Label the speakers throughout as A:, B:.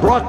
A: brought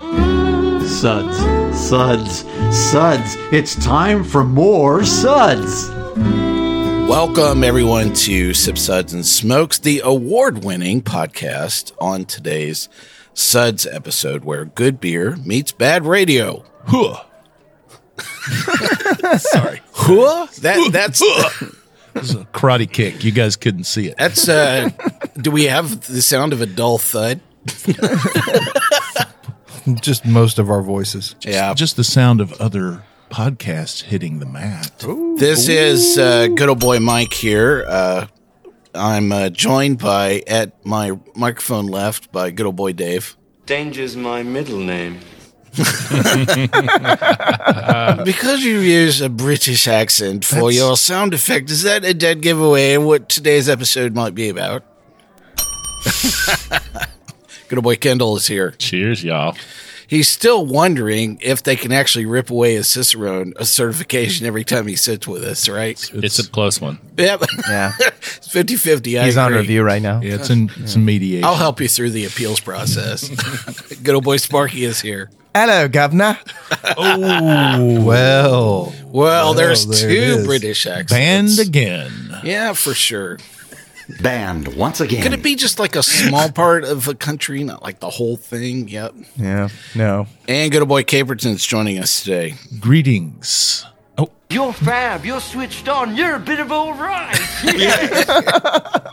A: Suds, suds, suds. It's time for more suds.
B: Welcome, everyone, to Sip Suds and Smokes, the award winning podcast on today's Suds episode where good beer meets bad radio. Huh. Sorry. Huh? That, that's.
C: karate kick. You guys couldn't see it.
B: That's uh do we have the sound of a dull thud?
D: just most of our voices.
B: Yeah.
C: Just the sound of other podcasts hitting the mat.
B: This is uh good old boy Mike here. Uh I'm uh, joined by at my microphone left by good old boy Dave.
E: Danger's my middle name.
B: Because you use a British accent for
C: That's-
B: your sound effect, is that a dead giveaway of what today's episode might be about? Good old boy Kendall is here.
F: Cheers, y'all.
B: He's still wondering if they can actually rip away his Cicerone a certification every time he sits with us, right?
F: It's, a close one.
B: Yep.
D: Yeah.
B: It's 50 50.
D: He's on review right now.
C: Yeah, it's in it's in mediation.
B: I'll help you through the appeals process. Good old boy Sparky is here.
D: Hello, Governor.
C: Oh,
D: Well,
B: Well, there's
D: there it
B: two
D: is.
B: British accents.
C: banned again.
B: Yeah, for sure.
A: Banned once again.
B: Could it be just like a small part of a country, not like the whole thing? Yep.
D: yeah, no.
B: And good old boy Caperton's joining us today.
C: Greetings. Oh,
E: You're fab, you're switched on, you're a bit of all right.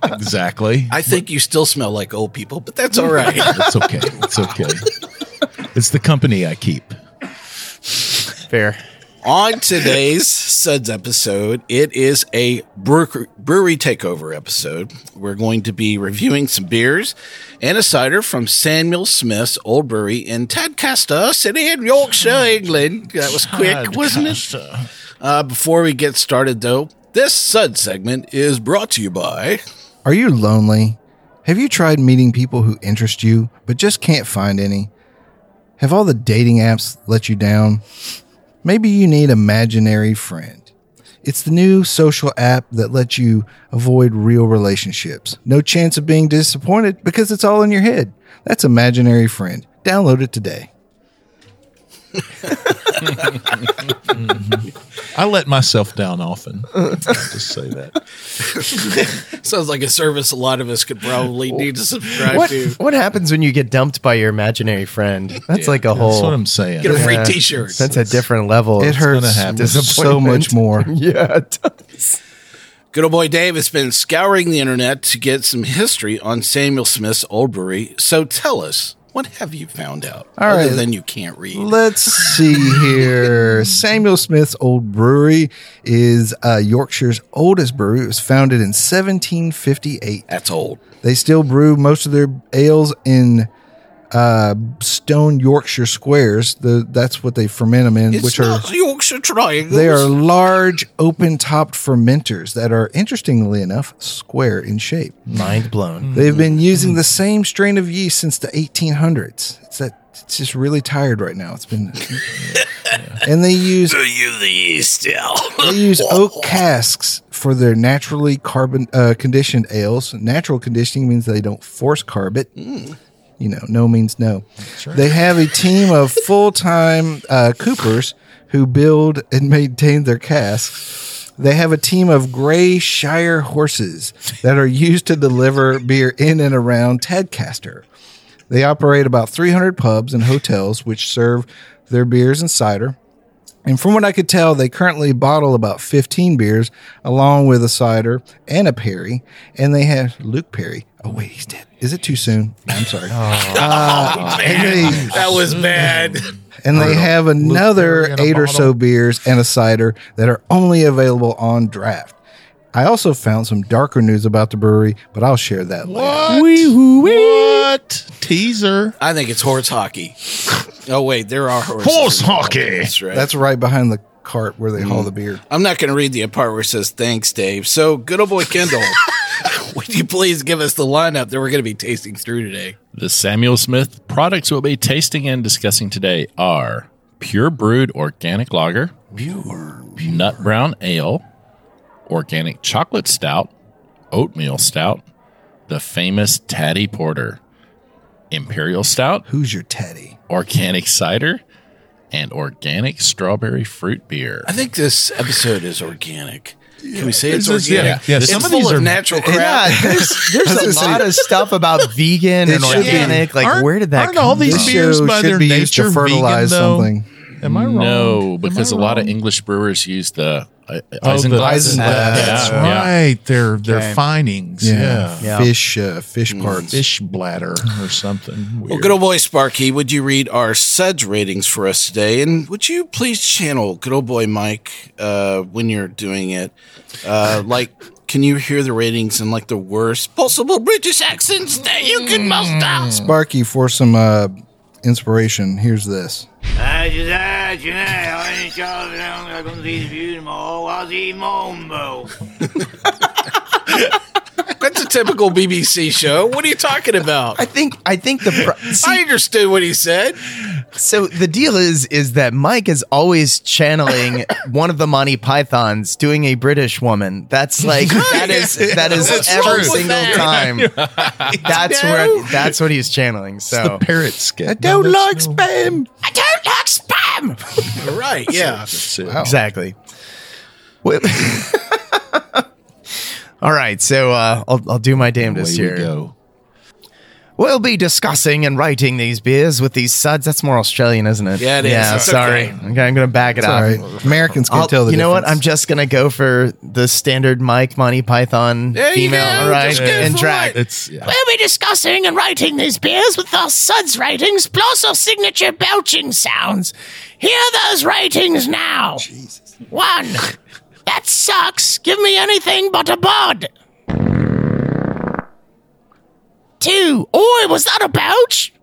C: exactly.
B: I think you still smell like old people, but that's all right.
C: It's okay. It's okay. It's the company I keep.
D: Fair.
B: On today's Suds episode, it is a brewer- brewery takeover episode. We're going to be reviewing some beers and a cider from Samuel Smith's Old Brewery in Tadcaster, City in Yorkshire, England. That was quick, wasn't it? Uh, before we get started, though, this Sud segment is brought to you by.
D: Are you lonely? Have you tried meeting people who interest you but just can't find any? Have all the dating apps let you down? Maybe you need imaginary friend. It's the new social app that lets you avoid real relationships. No chance of being disappointed because it's all in your head. That's imaginary friend. Download it today.
C: I let myself down often. I'll just say that.
B: Sounds like a service a lot of us could probably need to subscribe
G: What,
B: to.
G: what happens when you get dumped by your imaginary friend? That's like a whole.
C: That's what I'm saying.
B: Get a free
G: Yeah.
B: t shirt.
G: That's a different level.
D: It
G: of
D: hurts
C: happen.
D: so much more.
G: Yeah. it does.
B: Good old boy Dave has been scouring the internet to get some history on Samuel Smith's Oldbury. So tell us, what have you found out?
D: All
B: other
D: right.
B: than you can't read.
D: Let's see here. Samuel Smith's Old Brewery is uh, Yorkshire's oldest brewery. It was founded in 1758.
B: That's old.
D: They still brew most of their ales in uh, stone Yorkshire squares. The, that's what they ferment them in,
B: It's
D: which are
B: not Yorkshire Triangles.
D: they are large open-topped fermenters that are interestingly enough square in shape.
G: Mind blown.
D: They've been using the same strain of yeast since the 1800s. It's that it's just really tired right now. It's been, and they use
B: Are you the yeast ale?
D: they use oak casks for their naturally carbon uh, conditioned ales. Natural conditioning means they don't force carb it.
B: Hmm.
D: You know, no means no. They have a team of full time uh, coopers who build and maintain their casks. They have a team of gray Shire horses that are used to deliver beer in and around Tadcaster. They operate about 300 pubs and hotels which serve their beers and cider. And from what I could tell, they currently bottle about 15 beers along with a cider and a Perry. And they have Luke Perry. Oh, wait, he's dead. Is it too soon? I'm sorry. Uh, and they,
B: that was bad.
D: and they have another
C: Perry in a
D: eight or so
C: bottle.
D: beers and a cider that are only available on draft. I also found some darker news about the brewery, but I'll share that later.
B: What?
F: What? Teaser.
B: I think it's horse hockey. Oh wait, there are horses.
F: Horse
B: involved.
F: hockey.
B: That's right.
D: That's right behind the cart where they haul
G: Mm.
D: the beer.
B: I'm not going to read the part where it says thanks, Dave. So good old boy Kendall, would you please give us the lineup that we're going to be tasting through today?
C: The Samuel Smith products we'll be tasting and discussing today are Pure Brewed Organic Lager, Pure Nut Brown Ale, Organic Chocolate Stout, Oatmeal Stout, the famous Tatty Porter, Imperial Stout,
D: Who's your teddy?
C: Organic Cider, and Organic Strawberry Fruit Beer.
B: I think this episode is organic. Can we say it's,
C: It's- yeah,
B: organic?
C: yeah,
B: It's
C: some of
B: full
C: these
B: of
C: are-
B: natural crap.
G: Yeah, there's, there's a lot of stuff about vegan and
D: should be.
G: organic. Like,
F: Aren't-
G: where did that
F: aren't
G: come
F: all these
G: from?
D: This
F: beers
D: show
F: by
D: should
F: their
D: be used
F: nature
D: to fertilize
F: vegan, though?
D: something.
F: Am I wrong?
C: No,
F: Am
C: because
F: I
C: a lot of
F: wrong?
C: English brewers use the uh,
F: Oh, the
C: Isinglass.
F: Isinglass. That's
C: Yeah, yeah.
F: right. They're they're
G: Okay.
F: findings.
D: Yeah.
F: Yeah.
G: Yeah. Mm.
D: Fish, uh, fish parts.
F: Fish bladder or something.
B: Well,
F: Weird.
B: good old boy Sparky, would you read our suds ratings for us today? And would you please channel good old boy Mike uh, when you're doing it? Uh, like, can you hear the ratings in like the worst possible British accents that you
C: Hmm.
B: can muster?
D: Sparky for some uh, inspiration. Here's this.
E: I just had you know, I ain't driving down, I couldn't see the view in my whole Aussie mumbo.
B: That's a typical BBC show. What are you talking about?
G: I think I think the pro-
B: I
G: see,
B: understood what he said.
G: so the deal is is that Mike is always channeling one of the Monty Pythons doing a British woman. That's like that is that is
B: What's wrong
G: every
B: with
G: single
B: that?
G: time. That's where that's what he's channeling. So
F: the parrot sketch. I
D: Don't like spam.
B: I don't like spam. right? Yeah.
G: exactly. Wait- All right, so uh, I'll I'll do my damnedest
F: Here
G: here.
F: we go.
G: We'll be discussing and writing these beers with these suds. That's more Australian, isn't it?
B: Yeah, it is.
G: Yeah,
B: It's
G: sorry.
B: okay.
G: Okay. I'm gonna back it
D: All
G: up.
D: right. Americans can
G: I'll-
D: tell the
G: you know what? I'm
D: difference.
G: just gonna go for the standard Mike Monty Python
B: There you
G: female,
B: go,
G: all right,
B: just go
G: and
B: for
G: drag.
B: it.
F: It's yeah.
H: We'll be discussing and rating these beers with our suds ratings plus our signature belching sounds. Hear those ratings now. Jesus. One. That sucks. Give me anything but a bod. Two. Oi, was that a belch?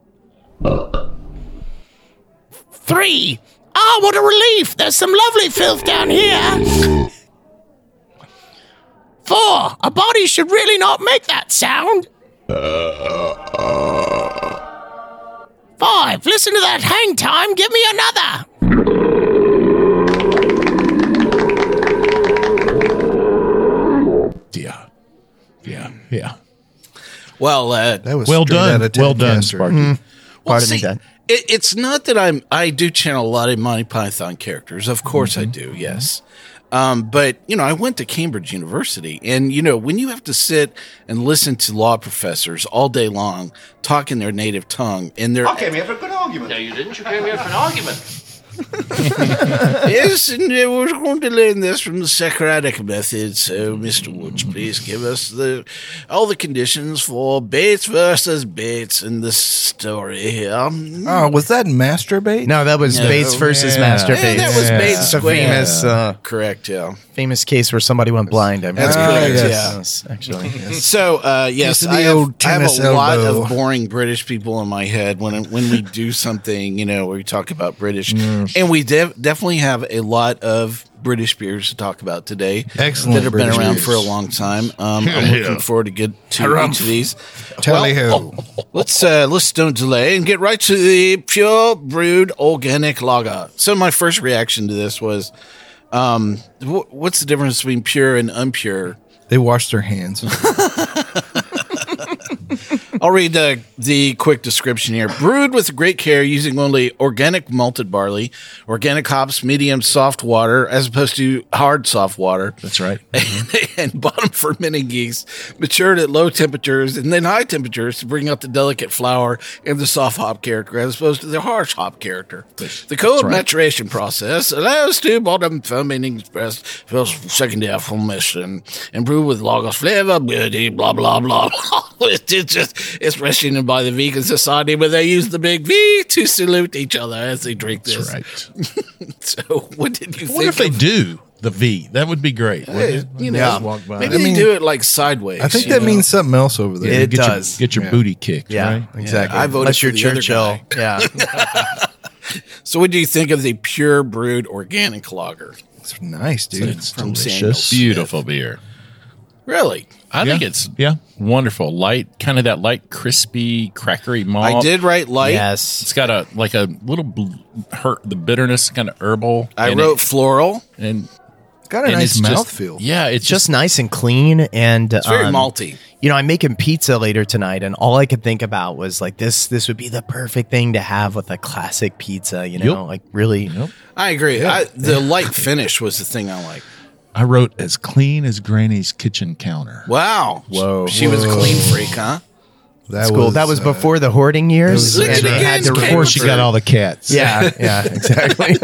H: Three. Ah, what a relief. There's some lovely filth down here. Four. A body should really not make that sound. Five. Listen to that hang time. Give me another.
F: yeah. Yeah. Yeah.
B: Well, uh,
D: that was
F: Well
D: straight
F: done.
D: outta Ted
F: Well done,
D: Kastner.
F: Sparky.
G: Pardon me,
B: See,
G: Dad.
B: It, it's not that I'm. I do channel a lot of Monty Python characters. Of course,
G: Mm-hmm.
B: I do. Yes. Um, but you know, I went to Cambridge University, and you know, when you have to sit and listen to law professors all day long talking their native tongue, and they're
I: came here for a good argument.
E: you didn't, you came here for an argument.
B: yes, and uh, we're going to learn this from the Socratic method. So, Mr. Woods, please give us the all the conditions for Bates versus Bates in this story here. Um,
D: Oh, was that masturbate?
G: No, that was Bates versus
F: yeah.
G: Master
B: Yeah,
G: Bates.
B: that was Bates
G: It's a
B: Square.
G: famous uh,
B: Correct. Yeah.
G: famous case where somebody went blind. I'm
B: That's correct, yeah.
G: Yes, actually.
B: So uh, yes,
D: Just
B: I
D: the
B: have,
D: old
B: I have
D: tennis
B: a lot
D: elbow.
B: of boring British people in my head when when we do something, you know, where we talk about British, and we de- definitely have a lot of British beers to talk about today.
D: Excellent
B: that have
D: British
B: been around
D: beers.
B: for a long time. Um, I'm looking forward to get to each of these.
D: Tally ho.
B: Let's uh, let's don't delay and get right to the pure brewed organic lager. So my first reaction to this was, um, wh- what's the difference between pure and unpure?
D: They washed their hands.
B: I'll read the, the quick description here. Brewed with great care using only organic malted barley, organic hops, medium soft water, as opposed to hard soft water.
F: That's right.
B: and bottom fermenting yeast, matured at low temperatures and then high temperatures to bring out the delicate flour and the soft hop character as opposed to the harsh hop character. The cold maturation process allows to bottom fermenting express first secondary fermentation and brew with lager flavor, beauty, blah, blah, blah. it's just, it's mentioned by the vegan society where they use the big V to salute each other as they drink this.
F: That's right.
B: So what did you
F: I wonder
B: think?
F: if they
B: of-
F: do. the V. That would be great. wouldn't it?
B: you know,
F: Just walk by.
B: maybe they do it like sideways.
D: I think
B: you
D: that
B: know?
D: means something else over there.
G: It
F: get
G: does.
F: Your, get your
D: Yeah.
F: booty kicked.
G: yeah,
F: Right?
G: exactly.
B: I voted
G: Unless
B: for
G: you're
B: the other
G: Churchill. Yeah.
B: So, what do you think of the pure brewed organic lager
D: It's nice, dude.
F: It's
B: from Samuel?
F: delicious.
C: Beautiful beer.
B: Really?
C: I
F: Yeah.
C: think it's
F: Yeah.
C: wonderful. Light, kind of that light, crispy, crackery malt.
B: I did write light.
G: yes.
C: It's got a like a little bl- hurt the bitterness, kind of herbal.
B: I
C: in
B: wrote
C: it.
B: floral.
C: and
D: Got a
C: and
D: nice
C: it's just-
D: mouthfeel.
C: Yeah, it's just
G: Just nice and clean and
B: It's very
G: um,
B: malty.
G: you know, I'm making pizza later tonight, and all I could think about was like this. This would be the perfect thing to have with a classic pizza. You know,
F: Yep.
G: like really.
B: I agree. I, the light finish was the thing I liked.
F: I wrote as clean as Granny's kitchen counter.
B: Wow.
D: Whoa.
B: She was a clean freak, huh?
D: That
G: That's cool. that was
D: uh,
G: before the hoarding years.
D: was- Look
G: and
D: at
G: they
D: the
G: had to
B: kids,
G: report.
B: Caleb.
F: She got all the cats.
G: Yeah, yeah, exactly.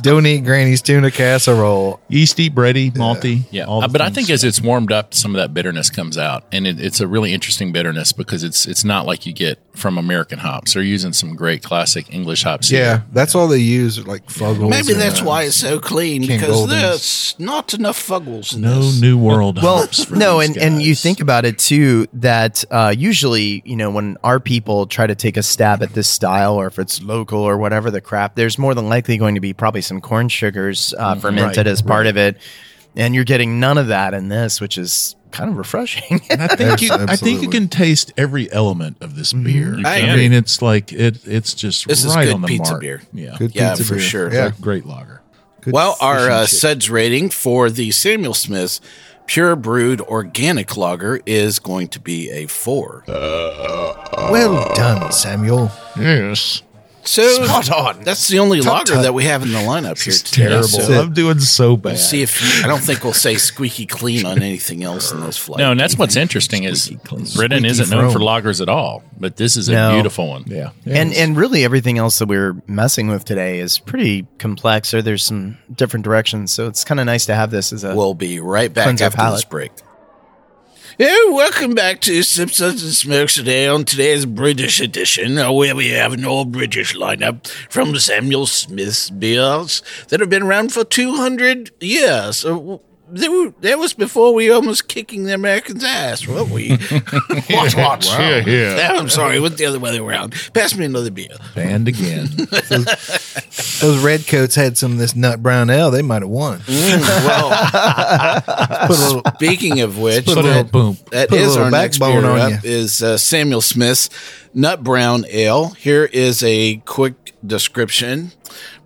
D: Don't eat Granny's tuna casserole.
F: Yeasty, bready, malty.
C: yeah.
F: all
C: Uh,
F: the
C: but I
F: things.
C: think as it's warmed up, some of that bitterness comes out, and it, it's a really interesting bitterness because it's it's not like you get from American hops. They're using some great classic English hops. here.
D: Yeah, that's all they use, like fuggles.
B: Maybe
D: and,
B: that's
D: uh,
B: why it's so clean
D: King
B: because
D: Goldings.
B: there's not enough fuggles in
F: no
B: this.
F: new world.
G: well,
F: hops for
G: no,
F: these
G: and, and you
F: guys.
G: think about it too that uh, usually, you know, when our people try to take a stab at this style or if it's local or whatever the crap, there's more than likely going to be probably some corn sugars uh, fermented as part of it. And you're getting none of that in this, which is kind of refreshing.
F: And I think you, I think you
D: Absolutely.
F: can taste every element of this beer.
C: You
F: I
C: can.
F: mean, Mm-hmm. it's like it. It's just
B: This is
F: right
B: good
F: on the
B: pizza
F: mark.
B: beer.
F: Yeah,
D: Good
B: Yeah,
D: pizza
B: for
D: beer.
B: sure.
D: Yeah,
F: great lager.
D: good
B: Well, our
D: fish
B: uh,
D: and chips.
B: suds rating for the Samuel Smith's Pure Brewed Organic Lager is going to be a four.
D: well done, Samuel.
F: Yes,
B: So spot on. That's the only lager that we have in the lineup here. Today,
F: terrible.
B: So
F: I'm doing so bad.
B: see if you, I don't think we'll say squeaky clean on anything else in this flight.
C: No, and that's what's interesting is Britain
D: Squeaky
C: isn't known for
D: throne.
C: lagers at all, but this is a
G: No.
C: beautiful one.
F: yeah,
G: and and really everything else that we're messing with today is pretty complex or there's some different directions. So it's kind of nice to have this as a
B: We'll be right back
G: Cleanse our
B: after this
G: palate.
B: break. Hey, welcome back to Simpsons and Smokes today on today's British edition, uh, where we have an all British lineup from Samuel Smith's beers that have been around for 200 years. Uh, w- they were, that was before we almost kicking the Americans' ass, weren't we? what, what?
F: Yeah, yeah.
B: I'm sorry, went the other way around. Pass me another beer.
F: band again.
D: Those redcoats had some of this nut brown ale. They might have won. Put
B: well,
D: a little,
B: speaking of which,
D: put a little
F: boom.
B: That
D: Put a
B: is
D: little
B: our next
D: backbone
B: beer
D: on
B: up is uh, Samuel Smith's Nut Brown Ale. Here is a quick description.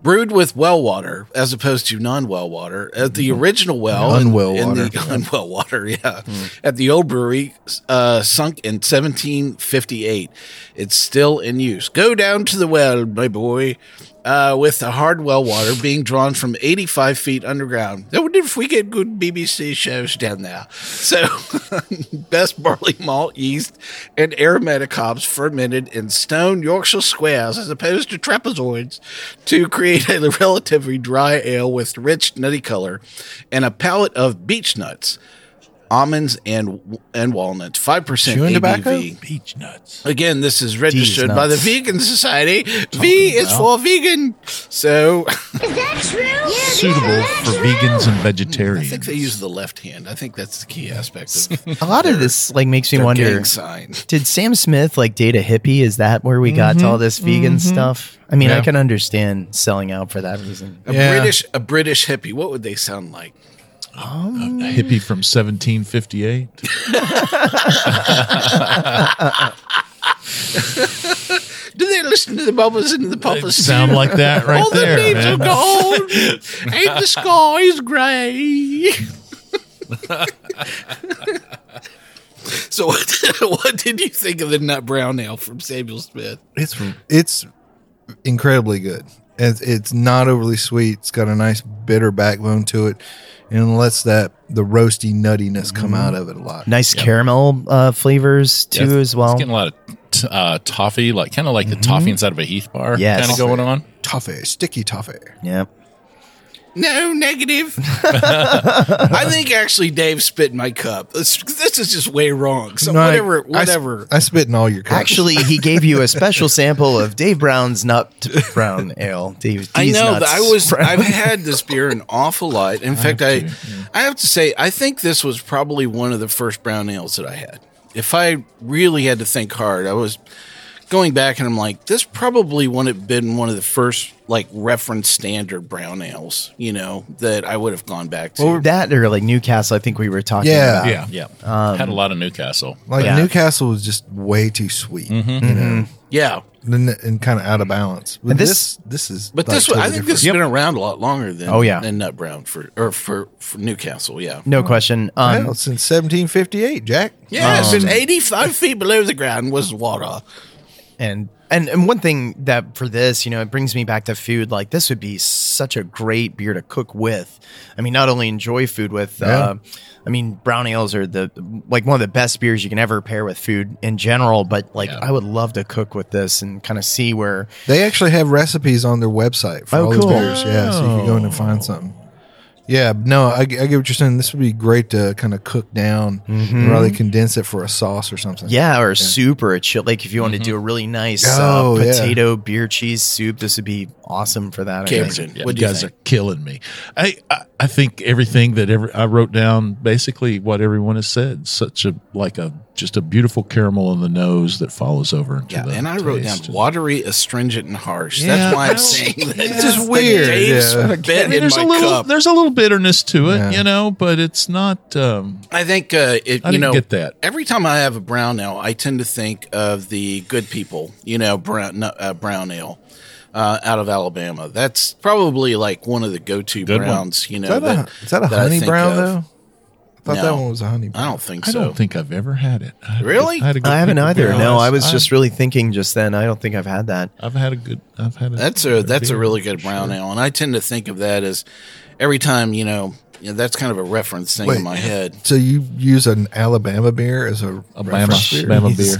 B: Brewed with well water as opposed to non-well water. At the original well, in-
D: Unwell
B: in
D: Mm-hmm. water. Hmm.
B: the unwell water, yeah. At the old brewery, uh, sunk in 1758. It's still in use. Go down to the well, my boy. Uh, with the hard well water being drawn from 85 feet underground. I wonder if we get good BBC shows down there. So, best barley malt, yeast, and aromatic hops fermented in stone Yorkshire squares as opposed to trapezoids to create a relatively dry ale with rich, nutty color and a palette of beech nuts, almonds, and and walnuts. 5% ABV.
D: Chewing tobacco?
F: Peach nuts.
B: Again, this is registered by the
G: nuts.
B: Vegan Society. V is for vegan. So I
I: Is that true? Yeah,
F: Suitable for vegans and vegetarians.
B: think they use the left hand. I think that's the key aspect of
G: a lot of this like makes me
B: their
G: wonder
B: gang sign.
G: did Sam Smith like date a hippie? Is that where we got
B: Mm-hmm.
G: to all this vegan stuff? I mean, I
F: Yeah.
G: can understand selling out for that reason.
B: A
D: Yeah.
B: British, a British hippie. What would they sound like?
F: a hippie from 1758.
B: Do they listen to the bubbles and the poppers?
F: Sound like that right
B: All
F: there,
B: the leaves
F: man.
B: are gold, and the sky is grey. so, what, what did you think of the nut brown ale from Samuel Smith?
D: it's it's incredibly good. It's, it's not overly sweet. It's got a nice bitter backbone to it, and lets that the roasty nuttiness come out of it a lot.
G: Mm-hmm. Nice caramel uh, flavors too,
C: Yeah, it's-
G: as well.
C: It's getting a lot of t- uh, toffee, like kind of like the toffee inside of a Heath bar,
G: Yes.
C: kind of going on.
D: Toffee, sticky toffee.
G: yeah.
B: No, negative. I think actually Dave spit in my cup. This, this is just way wrong. So
D: No, I-
B: whatever,
D: I s-
B: whatever.
D: I, spit in all your cups.
G: Actually, he gave you a special sample of Dave Brown's Nut Brown Ale. Dave,
B: I
G: D's
B: know
G: Nuts
B: that I was.
G: Brown.
B: I've had this beer an awful lot. In fact, I, I have to say, I think this was probably one of the first brown ales that I had. If I really had to think hard, I was going back and I'm like, this probably wouldn't have been one of the first like reference standard brown ales, you know, that I would have gone back to.
G: that or like Newcastle. I think we were talking.
D: Yeah.
G: about.
D: Yeah.
C: Yeah.
G: Um,
C: Had a lot of Newcastle.
D: like
G: Yeah. Mm-hmm.
D: Newcastle was just way too sweet
B: yeah,
D: and, and kind of out of balance. But
G: And
D: this,
G: this-
D: this is
B: but
D: like
B: this
D: totally
B: I think
D: different.
B: this has been around a lot longer than
G: Oh, yeah.
B: than Nut Brown for or for, for Newcastle. Yeah,
G: No question. Um,
D: Well, since 1758, Jack.
B: yeah, it's been 85 feet below the ground was water.
G: and and and one thing that for this you know it brings me back to food like this would be such a great beer to cook with i mean not only enjoy food with uh, i mean brown ales are the like one of the best beers you can ever pair with food in general but like
C: Yeah.
G: i would love to cook with this and kind of see where
D: They actually have recipes on their website for
G: Oh,
D: all
G: cool.
D: these beers. Yeah, so you can go in and find something. Yeah, no, I, I get what you're saying. This would be great to kind of cook down
B: Mm-hmm.
D: and really condense it for a sauce or something.
G: yeah Mm-hmm. or soup or a chili like if you want to do a really nice
D: Oh,
G: uh,
D: yeah.
G: potato beer cheese soup this would be awesome for that I think.
B: Cambridge.
C: Yeah.
B: What do
F: you
B: you
F: guys
B: think?
F: are killing me. I, I I think everything that every I wrote down basically what everyone has said. Such a like a just a beautiful caramel in the nose that follows over into
B: Yeah,
F: the
B: and I wrote down
F: taste.
B: watery, astringent, and harsh.
F: Yeah,
B: That's why I'm
F: I
B: saying that.
D: It's just weird, yeah.
B: Dave's
F: I
B: bit
F: mean,
B: in
F: there's
B: my
F: a little
B: cup.
F: there's a little bitterness to it,
D: Yeah.
F: you know, but it's not. Um,
B: I think uh, it,
F: I
B: you
F: didn't
B: know
F: get that.
B: every time I have a brown ale, I tend to think of the good people, you know, brown no, uh, brown ale uh, out of Alabama. That's probably like one of the go-to
C: Good one.
B: browns. You
D: Is
B: know,
D: that, a, is that a
B: I
D: honey
B: think
D: brown,
B: of.
D: though? I thought that
B: No.
D: one was a honey
B: I
D: brown.
B: don't think
F: I
B: so.
F: don't think I've ever had it. I had a good-
B: Really?
F: had a good
G: i haven't
F: pickle
G: either
F: beer.
G: no i was
F: I've-
G: just really thinking just then i don't think i've had that
F: I've had a good. I've had a
B: That's a that's a
F: beer.
B: really good brown ale, and I tend to think of that as every time you know, you know, that's kind of a reference thing
D: Wait.
B: in my head.
D: So you use an Alabama beer as a
F: Alabama,
D: reference beer?
F: Alabama beer.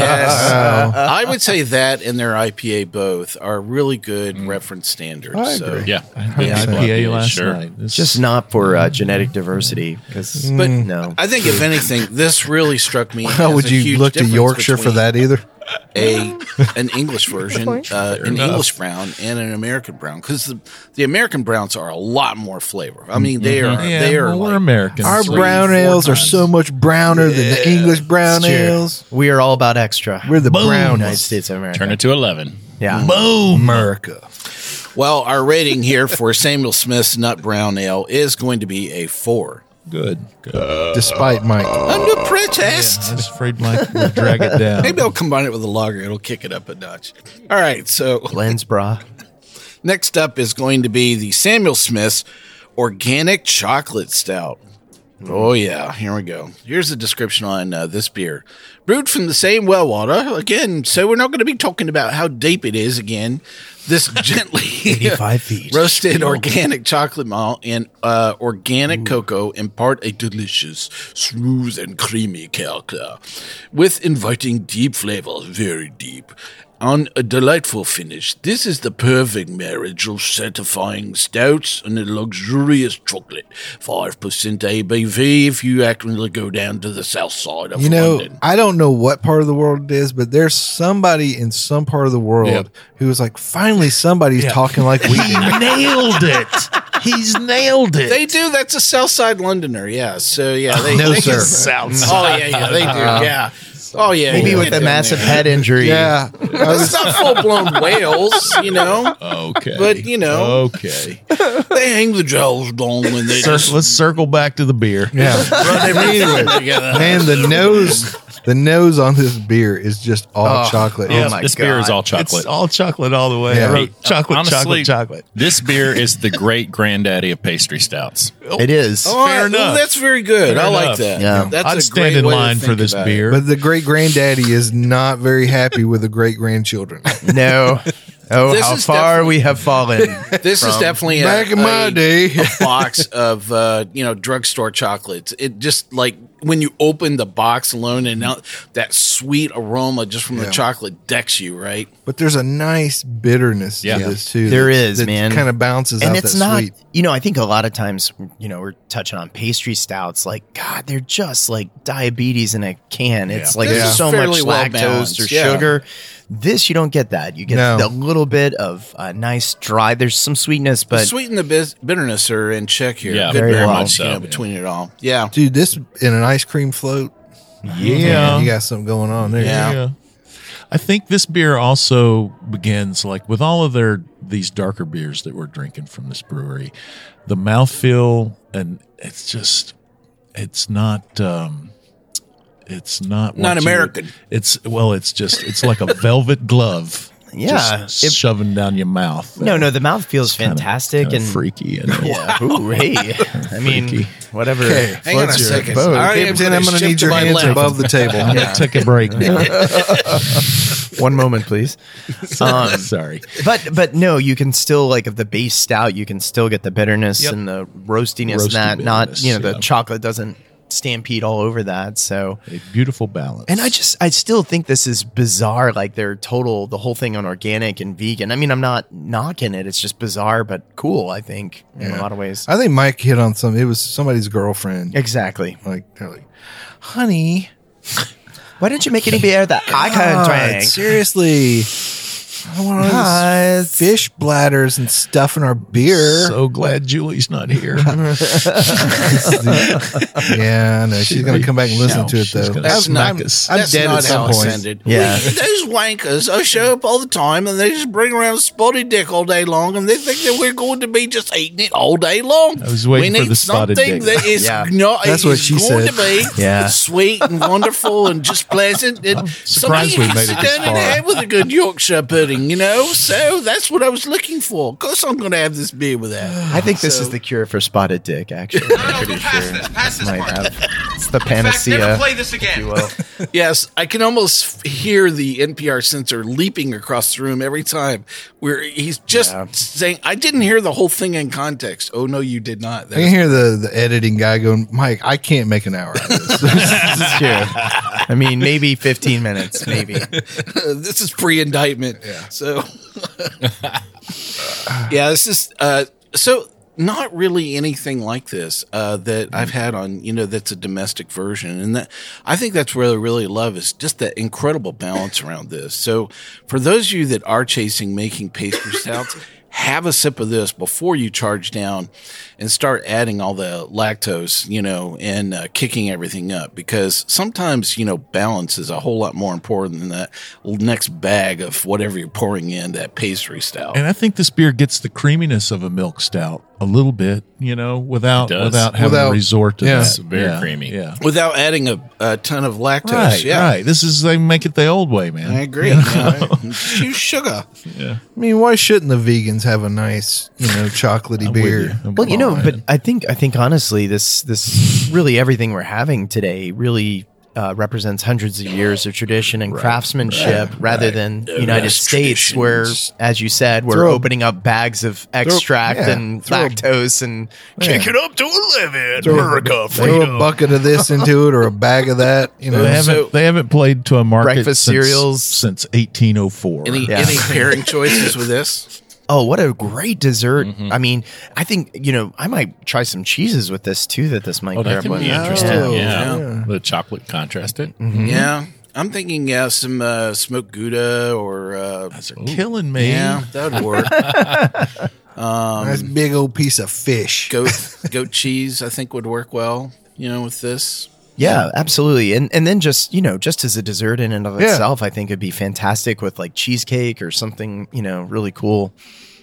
B: Yes, I would say that and their IPA both are really good reference standards.
D: I
B: so-
D: agree.
C: Yeah.
F: I had
B: Yeah,
F: an
B: I
F: IPA
C: thought-
F: last
C: sure.
F: night. It's
G: just not for uh, genetic diversity because
B: Mm. But
G: no
B: I think if anything, this really struck me.
D: How
B: as
D: would
B: a
D: you
B: huge
D: look to
B: difference
D: Yorkshire for
B: between
D: that either?
B: A an English version, uh, an English brown, and an American brown because the, the American browns are a lot more flavor. I mean, they
D: Mm-hmm.
B: are
F: Yeah,
B: they are
F: well, we're
B: like-
F: Americans.
D: Our
F: so-
D: brown ales are so much browner than the English brown
G: It's true.
D: ales.
G: We are all about extra.
D: We're the
G: Boom,
D: brown
G: United
D: ones.
G: States of America.
C: Turn it to 11.
G: yeah.
D: America.
B: Well, our rating here for Samuel Smith's Nut Brown Ale is going to be a four.
F: good. good.
D: Despite Mike.
B: Under protest.
F: I was afraid Mike would drag it down.
B: Maybe I'll combine it with a lager. It'll kick it up a notch. All right. So
G: Blends bra.
B: next up is going to be the Samuel Smith's Organic Chocolate Stout. Oh, yeah. Here we go. Here's a description on uh, this beer. Brewed from the same well water. Again, so we're not going to be talking about how deep it is again. This gently
G: feet.
B: roasted organic chocolate malt and uh, organic cocoa impart a delicious, smooth, and creamy character with inviting deep flavor, very deep. On a delightful finish, this is the perfect marriage of satisfying stouts and a luxurious chocolate. 5% ABV if you actually go down to the south side of
D: You know,
B: London.
D: I don't know what part of the world it is, but there's somebody in some part of the world who was like, finally somebody's talking like we
F: He
D: do.
F: nailed it. He's nailed it.
B: They do. That's a South Side Londoner. Yeah. So yeah, they,
D: No,
B: they
D: sir.
B: can- Oh yeah, yeah, they do. Yeah. Oh yeah.
G: Maybe
B: yeah,
G: with
B: they
G: a
B: do,
G: massive
B: yeah.
G: head injury.
D: Yeah. I
B: It's
D: was,
B: not full blown whales, you know.
F: Okay.
B: But, you know.
F: Okay.
B: They hang the jaws down when they
F: Cir-
B: just
F: let's circle back to the beer.
D: yeah.
B: run everything together.
D: Man, the nose the nose on this beer is just all chocolate.
G: yeah.
D: It's-
G: my
C: this beer is
G: God.
C: all chocolate.
F: It's all chocolate all the way.
D: Yeah.
F: I wrote chocolate,
C: Honestly,
F: chocolate, chocolate.
C: This beer is the great granddaddy of pastry stouts.
G: It is.
B: All right, Oh, well,
F: enough.
B: that's very good. I
F: Fair
B: like
F: enough.
B: that.
G: Yeah.
B: That's
F: I'd
B: a
F: stand
B: great
F: in
B: way to
F: line for
B: think
F: this
B: about it.
F: beer.
D: But the great granddaddy is not very happy with the great grandchildren.
G: No. Oh,
B: This
G: how
B: is
G: far
B: definitely-
G: we have fallen.
B: This is definitely a-
D: Back in my
B: a-
D: day.
B: a box of uh, you know drugstore chocolates. It just like when you open the box alone and now that sweet aroma just from the
D: Yeah.
B: chocolate decks you, right?
D: But there's a nice bitterness
C: Yeah.
D: to this too.
G: There is, man.
D: Kind of bounces
G: and
D: out
G: it's
D: that
G: not
D: sweet.
G: you know i think a lot of times you know we're touching on pastry stouts like god they're just like diabetes in a can it's like
B: This
G: there's
B: is
G: so much
B: fairly well
G: lactose or
B: balanced, yeah.
G: sugar this you don't get that you get
D: No.
G: a little bit of a nice dry there's some sweetness
B: The
G: but
B: sweet and the bis- bitterness are in check here.
C: Yeah,
B: Good
G: very
B: balance,
C: much so.
B: you know, between it all. Yeah.
D: Dude, this in an ice cream float.
F: Yeah.
D: Man, you got something going on there.
B: Yeah.
F: Yeah. I think this beer also begins like with all of their these darker beers that we're drinking from this brewery. The mouthfeel and it's just it's not um it's not what
B: Not
F: you-
B: American.
F: It's well, it's just it's like a velvet glove.
G: Yeah,
F: just
G: it-
F: shoving down your mouth.
G: no no the mouth feels
F: Kinda-
G: fantastic
F: kinda
G: and
F: freaky. And
G: yeah ooh, hey i mean
F: Freaky.
G: whatever
B: Hang on a
G: floats your
B: second.
G: boat.
B: I am
D: Pretend I'm going to
B: shift
D: need your
B: my
D: hands
B: left.
D: above the table.
F: I'm gonna take a break now.
G: one moment please um,
F: Sorry.
G: but but no, you can still like of the base stout, you can still get the bitterness and the roastiness
F: Roasty
G: and that. Not
F: bitterness,
G: you know the
F: yeah.
G: chocolate doesn't stampede all over that. So
F: A beautiful balance.
G: and I just I still think this is bizarre. Like their total the whole thing on organic and vegan. I mean I'm not knocking it. It's just bizarre but cool. I think in a lot of ways.
D: I think Mike hit on something. It was somebody's girlfriend.
G: Exactly.
D: Like, they're like, honey,
G: Why didn't you make any beer that I
F: Ah,
G: can
D: God,
G: drink?
D: seriously, I don't want all this fish bladders and stuff in our beer.
F: so glad Julie's not here.
D: yeah, I know. She's going to come back and listen
F: No,
D: to it though.
F: she's gonna
B: That's
F: smack
B: not,
F: us.
B: that's
D: I'm dead
B: not
D: at some
B: how
D: point.
B: it's ended.
G: Yeah.
B: We- those wankers, I show up all the time and they just bring around spotted dick all day long and they think that we're going to be just eating it all day long.
F: I was waiting
B: we
F: for
B: need
F: the spotted
B: something
F: dick.
B: that is
G: Yeah.
B: not
D: That's what
B: is
D: she
B: going
D: said.
B: to be
G: Yeah.
B: sweet and wonderful and just pleasant. And something
F: surprised
B: you
F: we
B: can
F: made it
B: sit
F: this
B: down and
F: far.
B: have with a good Yorkshire pudding, you know? So that's what I was looking for. Of course I'm gonna have this beer with that.
G: I think this is the cure for spotted dick. Actually, I'm pretty sure
I: this. Pass this
G: might
I: part.
G: have. It's the
I: Fact, never
G: panacea.
I: play this again.
B: Yes, I can almost f- hear the NPR censor leaping across the room every time where he's just saying, I didn't hear the whole thing in context. Oh, no, you did not.
D: I can hear the, the editing guy going, Mike, I can't make an hour out of this.
G: this is true. I mean, maybe 15 minutes, maybe.
B: this is pre indictment. So, yeah, this is uh, so not really anything like this uh, that I've had on, you know, that's a domestic version. And that I think that's where I really love is just that incredible balance around this. So, for those of you that are chasing making pastry stouts, have a sip of this before you charge down and start adding all the lactose, you know, and uh, kicking everything up because sometimes, you know, balance is a whole lot more important than that next bag of whatever you're pouring in that pastry stout.
F: And I think this beer gets the creaminess of a milk stout a little bit, you know, without
C: It does.
F: without having
D: Without-
F: to resort to
D: yeah.
F: that.
D: It's
C: very
F: yeah.
C: creamy.
F: Yeah.
B: without adding a, a ton of lactose.
F: Right,
B: yeah.
F: right. This is they make it the old way, man.
B: I agree. You Choose sugar.
D: I mean, why shouldn't the vegans have a nice, you know, chocolatey beer?
G: Well, you know, but I think I think honestly, this this really everything we're having today really uh, represents hundreds of years of tradition and craftsmanship, rather than United
B: Rest
G: States,
B: traditions.
G: where, as you said, we're
D: Throw-
G: opening up bags of extract
D: yeah,
G: and
D: throw-
G: lactose and kick it up to eleven. America,
D: Throw a bucket of this into it or a bag of that, you know.
F: they haven't
B: so-
F: they haven't played to a market
G: Breakfast
F: since-
G: cereals.
F: since 1804.
B: Any
G: Yeah.
B: any pairing choices with this?
G: Oh, what a great dessert!
C: Mm-hmm.
G: I mean, I think you know I might try some cheeses with this too. That this might
C: Oh,
G: pair
C: that
G: up
C: can
G: with.
C: be interesting.
B: Oh,
C: yeah. Mm-hmm.
B: yeah.
C: the chocolate contrasted.
G: Mm-hmm.
B: Yeah. I'm thinking yeah, some uh, smoked gouda or uh,
F: They're killing me.
B: yeah, that'd work.
D: nice big old piece of fish.
B: goat goat cheese I think would work well, you know, with this.
G: Yeah, absolutely. And and then just, you know, just as a dessert in and of
D: Yeah.
G: itself, I think it'd be fantastic with like cheesecake or something, you know, really cool.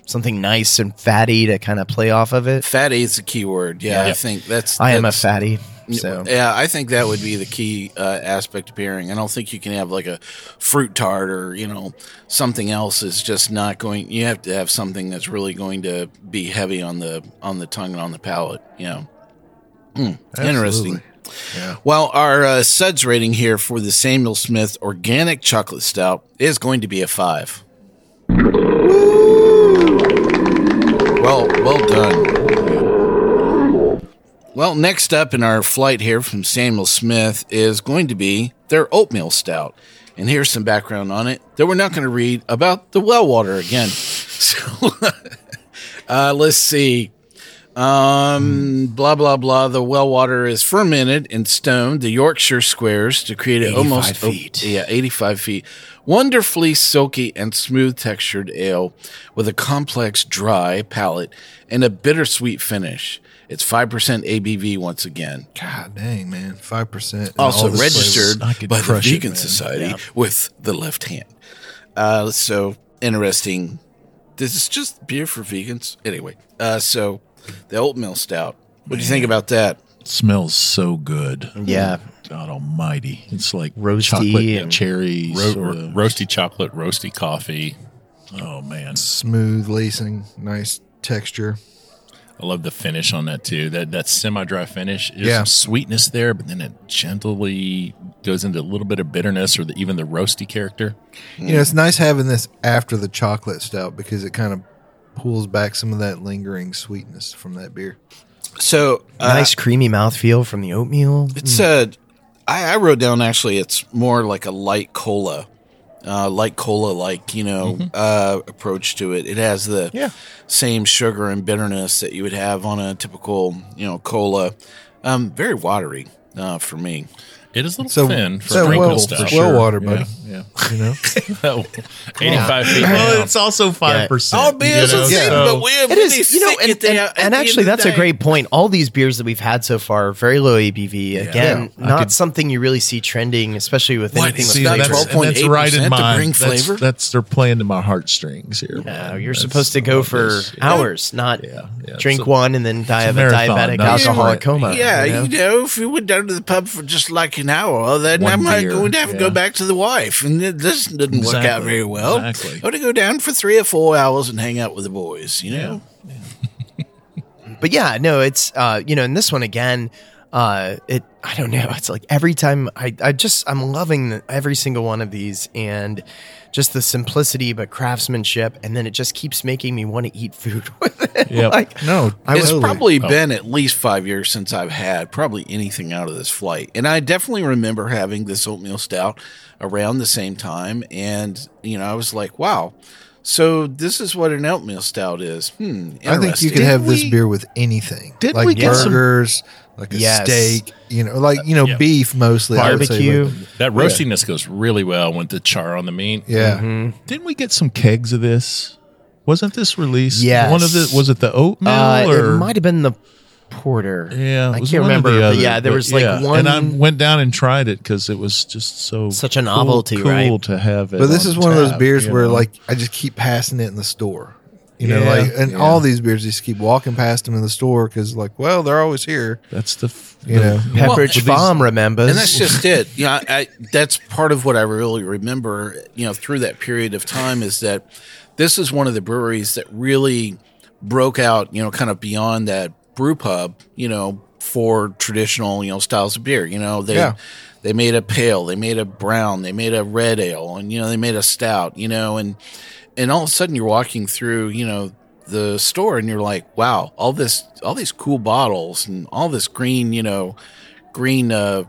G: Something nice and fatty to kind of play off of it.
B: Fatty is the key word. Yeah, I
C: Yeah.
B: think that's.
G: I am a
B: that's-
G: fatty. So
B: Yeah, I think that would be the key uh, aspect of pairing. I don't think you can have like a fruit tart or you know something else is just not going. You have to have something that's really going to be heavy on the on the tongue and on the palate. You know, Hmm, interesting. Well, our uh, suds rating here for the Samuel Smith Organic Chocolate Stout is going to be a five. Well, well done. Well, next up in our flight here from Samuel Smith is going to be their oatmeal stout. And here's some background on it that we're not going to read about the well water again. So uh, let's see. Um, blah, blah, blah. The well water is fermented and stoned to Yorkshire squares to create an almost feet. yeah, 85 feet. Wonderfully silky and smooth textured ale with a complex dry palate and a bittersweet finish. It's 5% ABV once again.
D: God dang, man. 5%. and
B: Also
D: all this
B: registered
F: I could
B: by the
F: crush it,
B: Vegan
F: man.
B: Society with the left hand. Uh, so interesting. This is just beer for vegans. Anyway, uh, so the oatmeal stout. What do you think about that?
F: smells so good.
G: Yeah.
F: God almighty. It's like
G: Roasty
F: chocolate and
G: and-
F: cherry.
C: Ro-
F: sort
C: ro-
F: of.
C: roasty chocolate, roasty coffee.
F: oh, man.
D: Smooth lacing, nice texture.
C: I love the finish on that too. That that semi-dry finish. There's
D: Yeah.
C: some sweetness there, but then it gently goes into a little bit of bitterness or the, even the roasty character.
F: Hmm.
D: You know, it's nice having this after the chocolate stout because it kind of pulls back some of that lingering sweetness from that beer.
B: So uh,
G: nice creamy mouthfeel from the oatmeal.
B: It's a. I, I wrote down actually. It's more like a light cola, uh, light cola like you know
F: Mm-hmm.
B: uh, approach to it. It has the same sugar and bitterness that you would have on a typical you know cola. Um, very watery uh, for me.
C: It is a little
D: So-
C: thin for
D: so
C: a
D: well-
C: well, stout.
D: for Well water, buddy.
F: Yeah.
D: You know,
C: Eighty-five feet.
F: Well,
C: down.
F: it's also 5%.
B: All beers
F: you know,
B: are thin,
F: so-
B: but we're
G: It
B: really
G: is, you know,
B: thick
G: and,
B: at the-
G: and-
B: at
G: and
B: the
G: actually,
B: end of
G: that's
B: the
G: a
B: day.
G: great point. All these beers that we've had so far are very low ABV. Again, not something you really see trending, especially with
B: What,
G: anything with
F: See,
B: It's
F: that's,
B: like
G: flavor.
F: and that's
B: 12.8%
F: right
B: to
F: in my
B: bring
F: that's-
B: flavor?
F: That's, they're playing to my heartstrings here.
G: Yeah,
F: man.
G: you're
F: That's
G: supposed to
F: all
G: go
F: it
G: for
F: is. Yeah.
G: hours, not
F: Yeah, yeah,
G: drink
F: it's a-
G: one and then die
F: it's
G: of
F: a
G: a
F: marathon,
G: diabetic
F: not a
G: alcoholic
F: sprint.
G: coma.
B: Yeah,
G: you know?
B: you know, if we went down to the pub for just like an hour, then
F: One
B: I'm
F: beer,
B: not going to have to
F: yeah.
B: go back to the wife, and th- this didn't work out
F: Exactly,
B: very well.
F: exactly.
B: I want to go down for three or four hours and hang out with the boys. You know,
G: but yeah, no, it's uh, you know, in this one again, uh, it I don't know, it's like every time I I just I'm loving the, every single one of these and just the simplicity but craftsmanship, and then it just keeps making me want to eat food with it.
F: Yep.
G: Like,
D: no,
G: I
B: it's
G: was-
B: probably been at least five years since I've had probably anything out of this flight, and I definitely remember having this oatmeal stout around the same time, and you know, I was like, wow. So this is what an oatmeal stout is. Hmm.
D: I think you
B: interesting.
D: could
F: Did
D: have this
F: we-
D: beer with anything.
F: Didn't
D: like
F: we get some-
D: burgers, like a
G: Yes.
D: steak, you know, like you know,
C: yeah.
D: beef mostly. I would say,
G: barbecue.
D: but-
C: that roastiness goes really well with the char on the meat.
D: yeah.
F: Didn't we get some kegs of this? Wasn't this released?
G: Yes.
F: One of the was it the oatmeal
G: Uh,
F: or
G: it might have been the porter.
F: yeah, it
G: I
F: was
G: can't
F: one or
G: remember.
F: the
G: but
F: other,
G: yeah, there
F: but
G: was like
F: yeah.
G: one.
F: and I went down and tried it because it was just so
G: Such a
F: cool-
G: novelty,
F: cool,
G: right?
F: to have it.
D: But this
F: on
D: is one of those
F: tap,
D: beers
F: you
D: where
F: know?
D: like I just keep passing it in the store. You know,
F: Yeah.
D: like and
F: Yeah.
D: all these beers just keep walking past them in the store because like, well, they're always here.
F: that's the f-
D: You know.
G: Pepperidge Farm remembers.
B: And that's just it. You know, I, that's part of what I really remember, you know, through that period of time is that this is one of the breweries that really broke out, you know, kind of beyond that brew pub, you know, for traditional, you know, styles of beer. You know, they
D: Yeah.
B: they made a pale, they made a brown, they made a red ale, and you know, they made a stout, you know, and and all of a sudden you're walking through, you know, the store and you're like, wow, all this all these cool bottles and all this green, you know, green uh,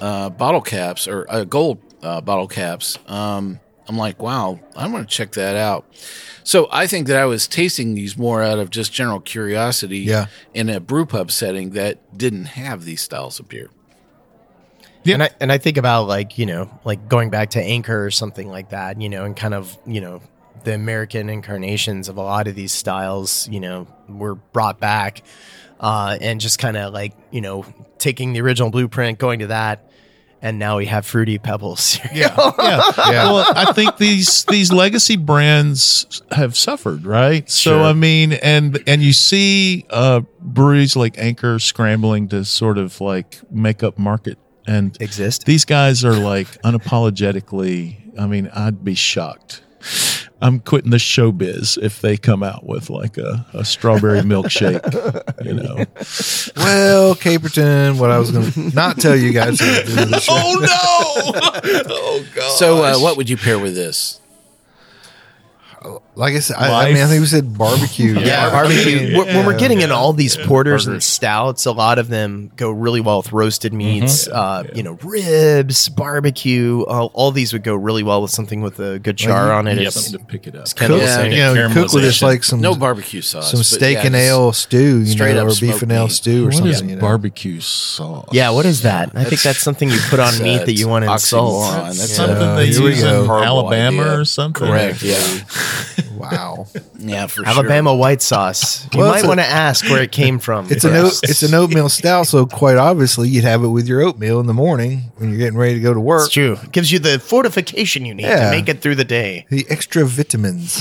B: uh, bottle caps or uh, gold uh, bottle caps. Um, I'm like, wow, I'm going to check that out. So I think that I was tasting these more out of just general curiosity
D: Yeah.
B: in a brew pub setting that didn't have these styles of beer.
G: And I and I think about like you know like going back to Anchor or something like that, you know, and kind of you know the American incarnations of a lot of these styles, you know, were brought back, uh, and just kind of like you know taking the original blueprint, going to that, and now we have fruity pebbles. Yeah,
F: yeah. Well, I think these these legacy brands have suffered, right? So I mean, and and you see uh, breweries like Anchor scrambling to sort of like make up market, and
G: exist.
F: these guys are like unapologetically. I mean, I'd be shocked. I'm quitting the showbiz if they come out with like a, a strawberry milkshake, you know.
D: Well, Caperton, what I was going to not tell you guys. at the end of the show.
F: Oh no! Oh god!
B: So uh, what would you pair with this?
D: Like I said, I, I mean, I think we said barbecue.
G: Yeah, barbecue. When- When we're getting in all these porters and
C: Burgers.
G: stouts, a lot of them go really well with roasted meats. Uh, You know, ribs, barbecue. All, all these would go really well with something with a good char on it.
C: Yep.
G: It's-
F: to pick it up.
G: it's kind
D: cook,
G: of the same.
D: you know, you cook with this
C: Caramelization.
D: like some
B: no barbecue sauce.
D: some
B: but
D: steak
B: yeah,
D: and
B: just-
D: ale stew, you
B: straight
D: know,
B: up
D: or beef
B: smoked
D: and ale
B: meat.
D: stew or
F: What
D: something.
F: is
D: you know?
F: barbecue sauce?
G: Yeah, what is that? I think
B: That's-
G: that's something you put on
B: that's, uh,
G: meat that you want to
B: it's
G: insult.
B: oxymoron.
G: on.
B: That's
F: something
D: Uh,
F: they
D: here we
F: use in
D: go.
B: Horrible
F: Alabama
B: idea.
F: or something?
B: Correct. Yeah.
D: Wow,
B: Yeah. For
G: Alabama white sauce. You
D: Well, it's
G: might
D: a-
G: want to ask where it came from.
D: it's an oat, it's an oatmeal stout, so quite obviously you'd have it with your oatmeal in the morning when you're getting ready to go to work.
G: It's true. It gives you the fortification you need
D: Yeah.
G: to make it through the day.
D: The extra vitamins.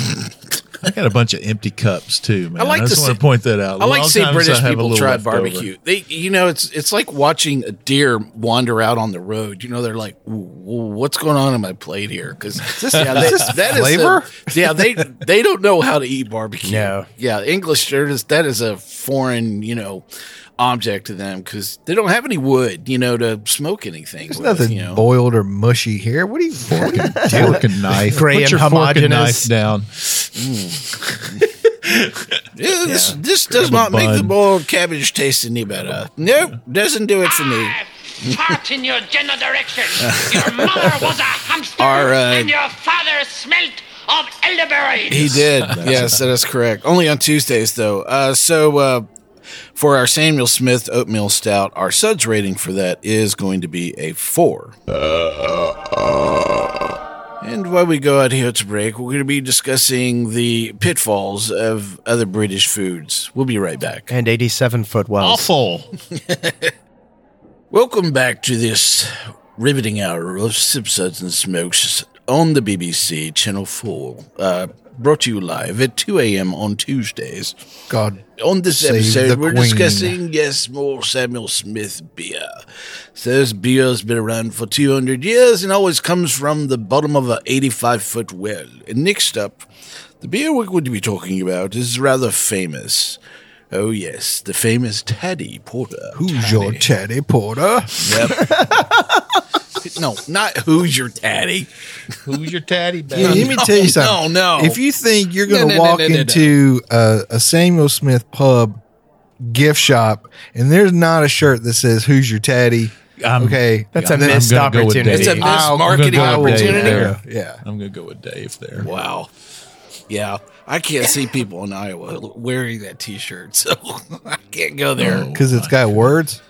F: I got a bunch of empty cups too, man.
B: I
F: I,
B: like to
F: just want
B: see-
F: to point that out.
B: I like
F: Long
B: to see
F: times
B: British
F: I have a
B: people
F: little
B: try
F: leftover.
B: barbecue. They, you know, it's it's like watching a deer wander out on the road. You know, they're like, "Ooh, ooh, "What's going on in my plate here?" Because yeah, they- that is a-
D: flavor?
B: yeah, they they don't know how to eat barbecue.
G: No.
B: yeah, English they're just- that is a foreign you know object to them because they don't have any wood you know to smoke anything.
D: There's
B: with,
D: nothing
B: you know.
D: boiled or mushy here. What are you? What are you
F: Fork and knife.
G: Gray
F: Put
G: and
F: your fork and
G: homogeneous.
F: knife down.
B: Yeah, this this does
F: Grab
B: not
F: a
B: make the
F: bun.
B: boiled cabbage taste any better. Nope, doesn't do it for me.
I: Fart in your general direction. Your mother was a hamster,
B: All
F: uh,
B: right.
I: and your father smelt of elderberry.
B: He did. yes, that is correct. Only on Tuesdays, though. Uh, so uh, for our Samuel Smith oatmeal stout, our suds rating for that is going to be a four. And while we go out here to break, we're going to be discussing the pitfalls of other British foods. We'll be right back.
G: And 87 foot wells.
C: Awful.
B: Welcome back to this riveting hour of Sip Suds and Smokes on the BBC Channel 4, uh, brought to you live at 2 a.m. on Tuesdays.
D: God,
B: On this
D: Save the
B: episode, we're
D: Queen.
B: discussing, yes, more Samuel Smith beer. So this beer has been around for 200 years and always comes from the bottom of a 85 foot well. And next up, the beer we're going to be talking about is rather famous. Oh, yes, the famous Taddy Porter.
D: who's your chatty porter?
B: No, not who's your daddy.
F: Who's your tatty bag?
D: Yeah, let me tell you something.
B: no, no.
D: If you think you're
B: No,
D: going to
B: no, no,
D: walk
B: no, no, no.
D: into uh, a Samuel Smith pub gift shop and there's not a shirt that says "Who's your tatty,"
F: I'm-
D: okay,
G: That's
F: I'm
G: a
F: gonna
G: missed
F: go with
G: opportunity.
F: Dave.
B: It's a missed
D: I'll-
B: marketing
F: I'll go with Dave
B: opportunity.
F: there.
D: yeah,
F: I'm going to go with Dave there.
B: Wow. Yeah. I can't see people in Iowa wearing that t shirt, so I can't go there.
D: because it's got words.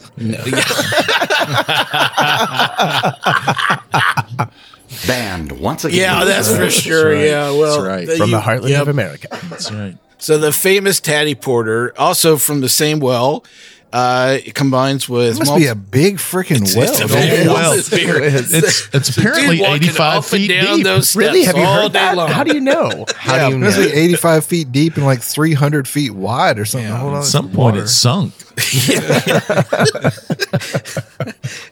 A: Banned once again.
B: Yeah, that's for sure.
F: right.
B: Yeah, well,
F: That's right.
B: that
G: From
B: you-
G: the heartland
B: yep.
G: of America.
F: That's right.
B: So the famous Taddy Porter, also from the same well, uh, it combines with
D: It must
B: mul-
D: be a big freaking
B: It's a
D: well.
B: big
F: Oh,
B: well.
F: well. It's it's apparently
B: Dude walking
F: 85
B: up and
F: feet
B: down
F: deep.
B: those
G: Really?
B: steps
G: Have you
B: all
G: heard
B: day
G: that?
B: long.
G: How do you know? How
D: Yeah,
G: do you
D: it must
G: know?
D: be 85 feet deep and like 300 feet wide or something. Hold on,
F: At some point,
D: water.
F: it sunk.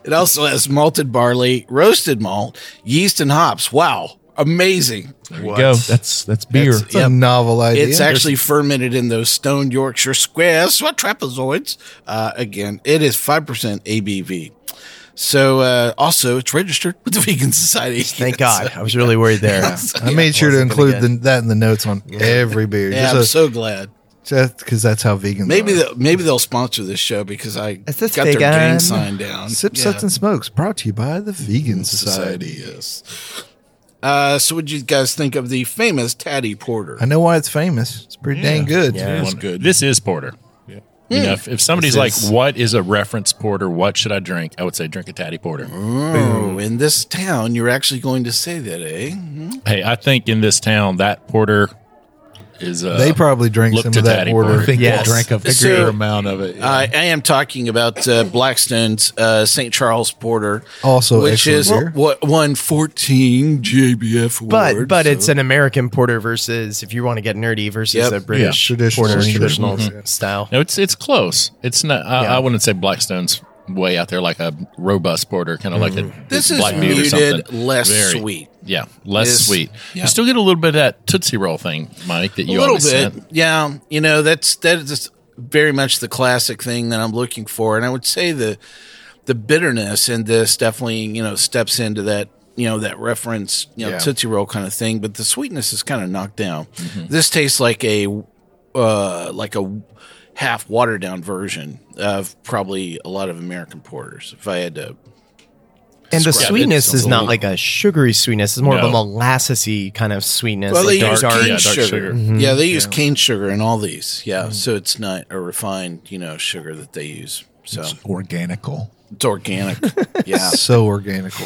B: It also has malted barley, roasted malt, yeast, and hops. Wow, amazing!
F: There you go. Oh, That's that's beer.
D: It's a novel idea.
B: It's actually fermented in those stone Yorkshire squares, what trapezoids. Uh, again, it is 5% ABV. So, uh, also, it's registered with the Vegan Society.
G: Thank God. I was really worried there.
D: I made sure to include the, that in the notes on every beer,
B: Yeah, I'm
D: just
B: so glad.
D: because that's how vegans.
B: Maybe
D: are.
B: the, maybe they'll sponsor this show because I
G: Is this
B: got their
G: vegan?
B: gang sign down.
D: Sip, Sets, and Smokes, brought to you by the Vegan Society.
B: yes. Uh, so, what would you guys think of the famous Taddy Porter?
D: I know why it's famous. It's pretty dang good.
F: It's good.
C: This is porter. You
G: Hmm.
C: know, if, if somebody's like,
D: This is-
C: "What is a reference porter? What should I drink?" I would say, "Drink a tatty porter."
B: Oh, in this town, you're actually going to say that, eh?
C: Hey, I think in this town that porter is. Uh,
D: They probably drink
C: Look
D: some
C: to
D: of that
C: Daddy
D: order.
F: I think
G: Yes.
F: they drank a bigger
B: So-
F: amount of it.
B: I, I am talking about uh, Blackstone's uh, St. Charles Porter,
D: Also
B: which
D: excellent
B: is
D: beer.
B: what won 14 JBF awards.
G: But but it's
B: so-
G: an American porter versus if you want to get nerdy versus
B: Yep.
G: a British
D: Traditional
G: porter
D: English
G: traditional
D: ones,
B: Mm-hmm.
G: style.
C: no, it's it's close. It's not. I,
G: Yeah.
C: I wouldn't say Blackstone's way out there like a robust porter, kind of like a
B: Mm-hmm. this is
C: Black Beauty or
B: muted,
C: something.
B: less
C: Very.
B: sweet.
C: Yeah, less
B: Is-
C: sweet.
B: yeah.
C: You still get a little bit of that Tootsie Roll thing, Mike. That
B: a
C: you
B: little
C: always
B: bit,
C: Sent.
B: yeah. You know, that's that is very much the classic thing that I'm looking for, and I would say the the bitterness in this definitely you know steps into that you know, that reference, you know,
F: Yeah.
B: Tootsie Roll kind of thing, but the sweetness is kind of knocked down.
C: Mm-hmm.
B: This tastes like a, uh, like a half watered down version of probably a lot of American porters. If I had to,
G: And the
B: Describe it.
G: sweetness
B: Sounds
G: is
B: a
G: not
B: little-
G: like a sugary sweetness. It's more of a
C: No.
G: molassesy kind of sweetness.
B: well, they
G: like
B: use
C: dark-
B: cane
C: yeah, dark
B: sugar.
C: sugar.
B: Yeah, they use cane sugar in all these. Yeah, so it's not a refined, you know, sugar that they use. So
F: It's organical.
B: it's organic. Yeah.
D: So organical.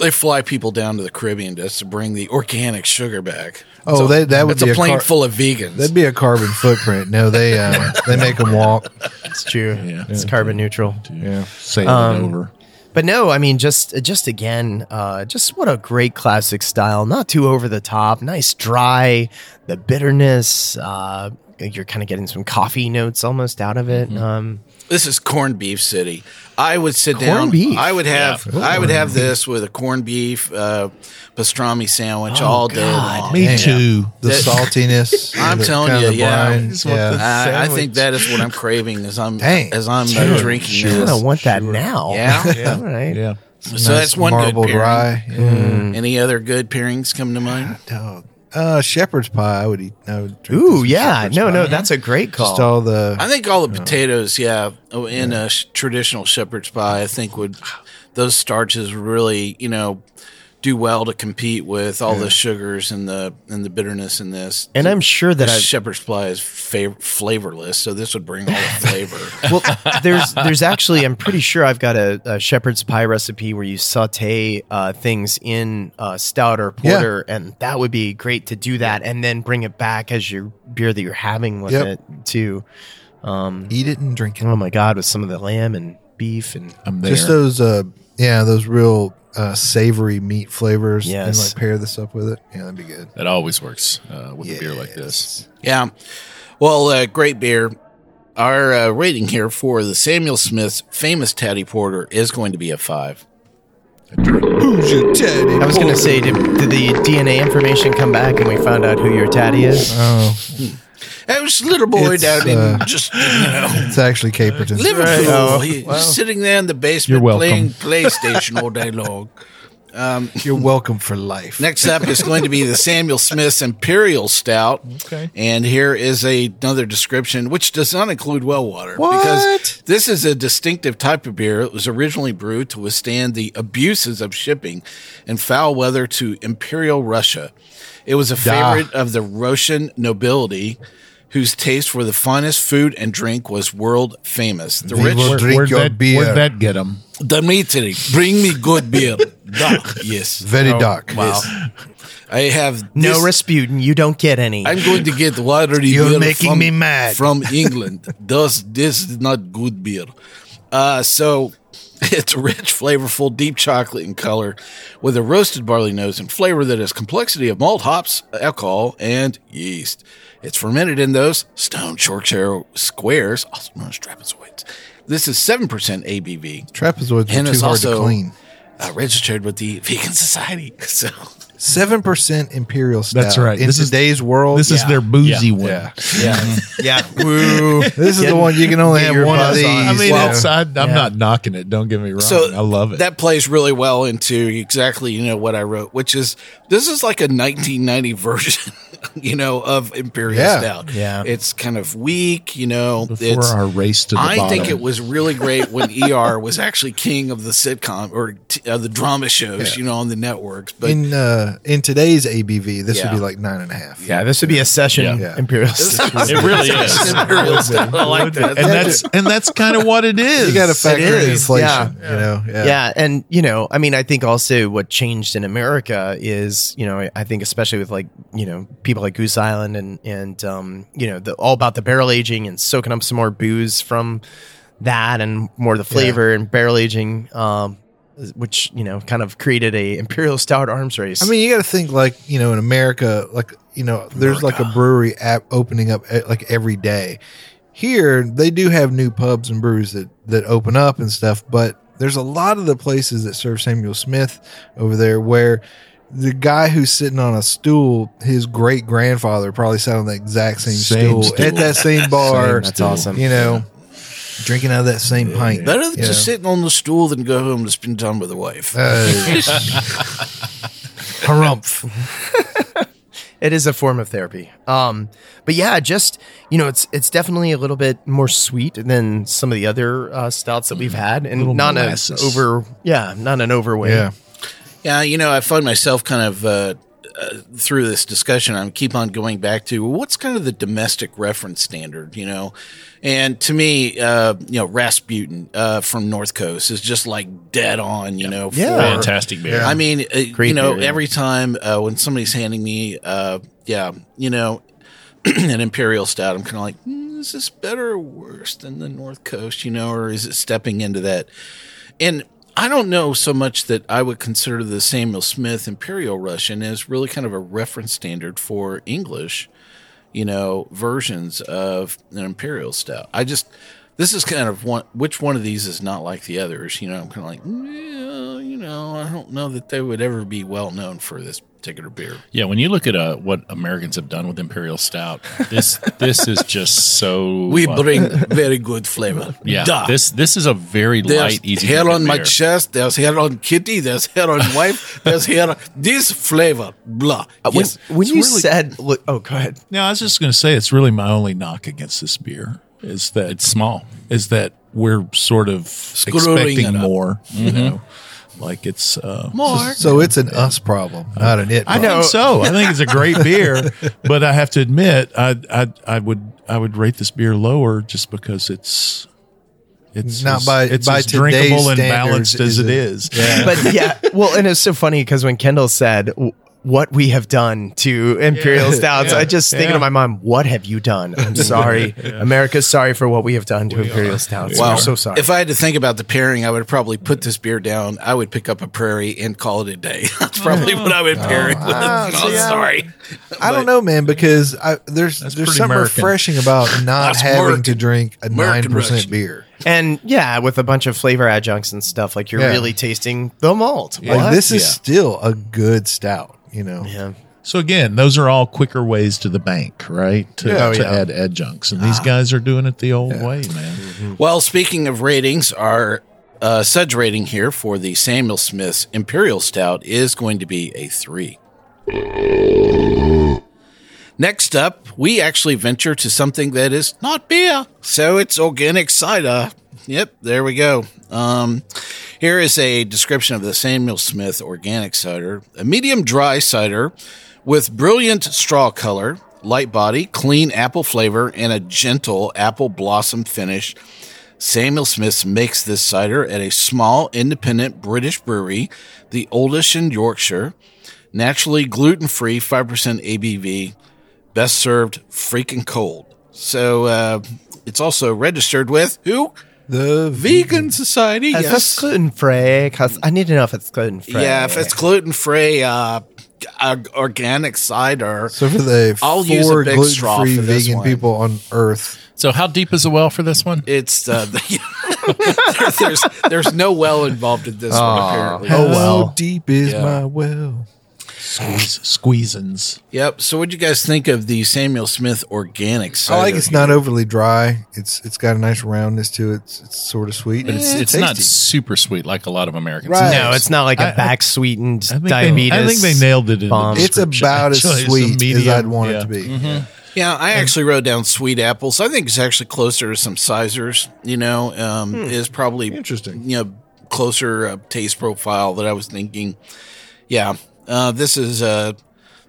B: they fly people down to the Caribbean just to bring the organic sugar back.
D: Oh,
B: It's a-
D: that- that would
B: it's
D: be
B: a
D: a
B: plane
D: car-
B: full of vegans.
D: That'd be a carbon footprint. No, they uh, they make them walk.
G: It's true.
F: Yeah.
G: It's carbon neutral.
D: Yeah.
F: Sailing over.
G: But no, I mean, just just again, uh, just what a great classic style. Not too over the top. Nice dry. The bitterness. Uh, you're kind of getting some coffee notes almost out of it.
F: Mm-hmm.
G: Um,
B: this is corned beef city. I would sit
G: Corned
B: down.
G: beef.
B: I would have. I would have this with a corned beef uh, pastrami sandwich all day long.
F: Me too.
D: The
B: That-
D: saltiness.
B: I'm
D: the
B: telling
D: kind
B: you,
D: of the
B: yeah.
D: brine.
F: Just want
D: yeah.
F: the-
B: I, I
F: Sandwich.
B: think that is what I'm craving as I'm
D: Dang.
B: as I'm uh, drinking
G: I
B: this.
G: don't want that now.
B: Yeah.
G: All right.
F: Yeah.
B: So that's one good
D: marbled
B: pairing. Mm-hmm.
D: rye. Yeah.
G: Mm-hmm.
B: Any other good pairings come to mind?
D: Dog. Uh, shepherd's pie. I would eat. I would drink this
G: Ooh,
D: with
G: yeah.
D: shepherd's
G: No,
D: pie.
G: no, that's a great call.
D: just all the.
B: I think all the potatoes, yeah, oh, in a sh- traditional shepherd's pie, I think would those starches really, you know, do well to compete with all the sugars and the and the bitterness in this.
G: and I'm sure that
B: the
G: I've,
B: shepherd's pie is fav- flavorless, so this would bring all the flavor.
G: well, there's there's actually I'm pretty sure I've got a, a shepherd's pie recipe where you saute uh, things in uh, stout or
D: Yeah.
G: porter, and that would be great to do that, and then bring it back as your beer that you're having with
D: Yep.
G: it too. Um,
D: eat it and drink it.
G: oh my god, with some of the lamb and beef and
F: I'm there.
D: Just those. Uh, yeah, those real uh, savory meat flavors. And
G: Yes.
D: like pair this up with it. Yeah, that'd be good.
C: That always works uh, with a beer like this.
B: yeah, well, uh, great beer. Our uh, rating here for the Samuel Smith's famous Tatty Porter is going to be a five.
G: I was gonna say, did, did the DNA information come back and we found out who your tatty is?
D: Uh,
B: That was little boy
D: It's,
B: down
D: uh,
B: in just you know.
D: It's actually Caperton.
B: Liverpool. He's sitting there in the basement
F: Oh, You're welcome.
B: playing PlayStation all day long.
D: You're welcome for life.
B: Next up is going to be the Samuel Smith's Imperial Stout.
F: Okay.
B: And here is a- another description, which does not include well water. Because this is a distinctive type of beer. It was originally brewed to withstand the abuses of shipping and foul weather to Imperial Russia. It was a favorite of the Russian nobility. Whose taste for the finest food and drink was world famous. The
D: They
B: rich
D: will drink
F: where'd,
D: your
F: that,
D: beer.
F: where'd that get them?
B: Dmitri, bring me good beer. Doc, yes.
D: Very dark.
B: Wow. I have
G: No,
B: this-
G: Rasputin, you don't get any.
B: I'm going to get watery
D: You're
B: beer
D: making
B: from,
D: me mad.
B: from England. Does this is not good beer? Uh, so it's rich, flavorful, deep chocolate in color, with a roasted barley nose and flavor that has complexity of malt, hops, alcohol, and yeast. It's fermented in those stone Yorkshire squares, also known as trapezoids. This is seven percent ABV.
D: Trapezoids
B: And
D: are
B: it's
D: too hard to
B: also-
D: clean.
B: uh, registered with the Vegan Society. So
D: Seven percent imperial stout.
F: That's right.
D: In
F: This is-
D: today's world,
F: This is their boozy one.
B: yeah,
G: yeah,
D: This is the one you can only
F: Get
D: have one
F: one
D: of these.
F: I mean,
D: Well,
F: it's, I, I'm not knocking it. Don't get me wrong.
B: so
F: Oh, I love it.
B: That plays really well into exactly you know what I wrote, which is this is like a 1990 version, you know, of Imperial
D: Yeah.
B: Stout.
G: Yeah.
B: it's kind of weak, you know.
F: before
B: it's
F: our race to the
B: I
F: bottom.
B: think it was really great when ER was actually king of the sitcom or t- uh, the drama shows, you know, on the networks. But
D: in uh, in today's ABV, this
B: Yeah.
D: would be like nine and a half.
G: yeah. This would be a session,
D: Yeah.
G: Imperial.
C: It really is.
B: Imperial Stout, I like that.
F: and that's and that's kind of what it is.
D: You got to factor
G: is,
D: in inflation. You know, yeah.
G: yeah and you know i mean i think also what changed in america is you know i think especially with like you know people like goose island and and um you know the all about the barrel aging and soaking up some more booze from that and more of the flavor and barrel aging um which you know kind of created a imperial stout arms race
D: I mean, you got to think like you know in America, like you know, there's like a brewery app opening up eh, like every day. Here, they do have new pubs and brews that that open up and stuff, but there's a lot of the places that serve Samuel Smith over there where the guy who's sitting on a stool, his great grandfather probably sat on the exact same,
F: Same
D: stool,
F: stool.
D: at that same bar.
G: That's awesome.
D: You know, Drinking out of that same pint.
B: Better than
D: you
B: just
D: know.
B: sitting on the stool than go home to spend time with the wife.
D: Harumph.
G: It is a form of therapy. Um, but yeah, just you know, it's it's definitely a little bit more sweet than some of the other uh, stouts that we've had, and not an
F: molasses.
G: over, yeah, not an overweight.
D: Yeah.
B: Yeah, you know, I find myself kind of uh, uh, through this discussion. I keep on going back to what's kind of the domestic reference standard, you know. And to me, uh, you know, Rasputin uh, from North Coast is just like dead on, you know.
G: Yeah.
C: Fantastic beer.
B: I mean, uh, you
G: Great
B: know,
G: beer, yeah.
B: every time uh, when somebody's handing me, uh, yeah, you know, an imperial stout, I'm kind of like, "Mm, is this better or worse than the North Coast, you know, or is it stepping into that? And I don't know so much that I would consider the Samuel Smith Imperial Russian as really kind of a reference standard for English, you know, versions of an imperial stout. I just this is kind of one which one of these is not like the others, you know, I'm kind of like, "Mm, yeah, you know, I don't know that they would ever be well known for this particular beer.
C: Yeah, when you look at uh, what Americans have done with Imperial Stout, this this is just so
B: We
C: uh,
B: bring very good flavor.
C: yeah
B: Duh.
C: this this is a very
B: There's
C: light, easy
B: hair
C: drinking
B: on my
C: beer.
B: chest. There's hair on Kitty. There's hair on wife. there's hair. This flavor, blah.
G: Uh, When,
B: Yes.
G: when you said, look, oh, go ahead.
F: Now, I was just going to say, it's really my only knock against this beer is that
C: It's small.
F: is that we're sort of
B: Screwing it
F: expecting
B: up. Mm-hmm.
F: more, you know, like it's uh,
B: More.
D: So it's an us problem, not an it.
F: I
D: problem.
F: think so. I think it's a great beer, but I have to admit, I, I I would I would rate this beer lower just because it's it's
D: Not
F: as-
D: by-
F: it's
D: by
F: as drinkable
D: today's
F: and
D: standards,
F: balanced as
D: is
F: it
D: it?
F: is.
G: But yeah, well, and it's so funny because when Kendall said w- what we have done to imperial stouts, I just thinking
F: yeah.
G: to my mom, what have you done? I'm sorry, America's sorry for what we have done to imperial stouts.
B: Wow.
G: We're so sorry.
B: If I had to think about the pairing, I would probably put this beer down. I would pick up a prairie and call it a day. That's probably what I would pair it with.
D: Ah,
B: I'm
D: see, I-
B: sorry.
D: I don't know, man, because I, there's there's
F: pretty
D: something
F: American.
D: refreshing about not
B: That's
D: having
B: American.
D: to drink a nine
B: American
D: percent
B: Russian.
D: beer.
G: and yeah, with a bunch of flavor adjuncts and stuff, like you're
D: Yeah.
G: really tasting the malt.
D: Like
G: What?
D: this is
F: Yeah.
D: still a good stout, you know.
G: yeah.
F: So again, those are all quicker ways to the bank, right? To,
D: Yeah. Oh,
F: to
D: yeah.
F: add adjuncts,
G: Ah.
F: and these guys are doing it the old way, man.
B: Well, speaking of ratings, our uh, Sudge rating here for the Samuel Smith's Imperial Stout is going to be a three. Next up, we actually venture to something that is not beer, so it's organic cider. Yep, there we go. Um, here is a description of the Samuel Smith organic cider, a medium dry cider with brilliant straw color, light body, clean apple flavor, and a gentle apple blossom finish. Samuel Smith makes this cider at a small independent British brewery, the oldest in Yorkshire. Naturally gluten free, 5% ABV, best served freaking cold. So uh, it's also registered with who?
D: The
B: Vegan Society.
G: Is this
B: Yes.
G: gluten free? Because I need to know if it's gluten free.
B: Yeah, if it's gluten free, uh, ag- organic cider.
D: so for the
B: I'll use a
D: four
B: big
D: gluten
B: straw
D: free
B: for this
D: vegan
B: one.
D: people on Earth.
C: So how deep is the well for this one?
B: It's uh, there's there's no well involved in this one apparently.
G: Oh,
D: How deep is
B: Yeah.
D: my well?
F: Squeeze, squeezins.
B: Yep. So, what do you guys think of the Samuel Smith organic
D: I
B: cider?
D: like it's not overly dry. It's it's got a nice roundness to it. It's, it's sort of sweet. Eh,
C: But it's, it's not super sweet like a lot of Americans.
D: Right.
G: no, it's not like a
F: I-
G: back sweetened
F: I think,
G: diabetes.
F: They, I think they nailed it. In the
G: bomb.
D: It's
F: description,
D: about as
F: actually. It's a
D: sweet as
F: medium-
D: I'd want
F: yeah.
D: it to be.
B: Yeah, I actually wrote down sweet apples. I think it's actually closer to some sizers. You know, um, is probably
D: Interesting.
B: You know, closer uh, taste profile that I was thinking. Yeah, uh, this is uh,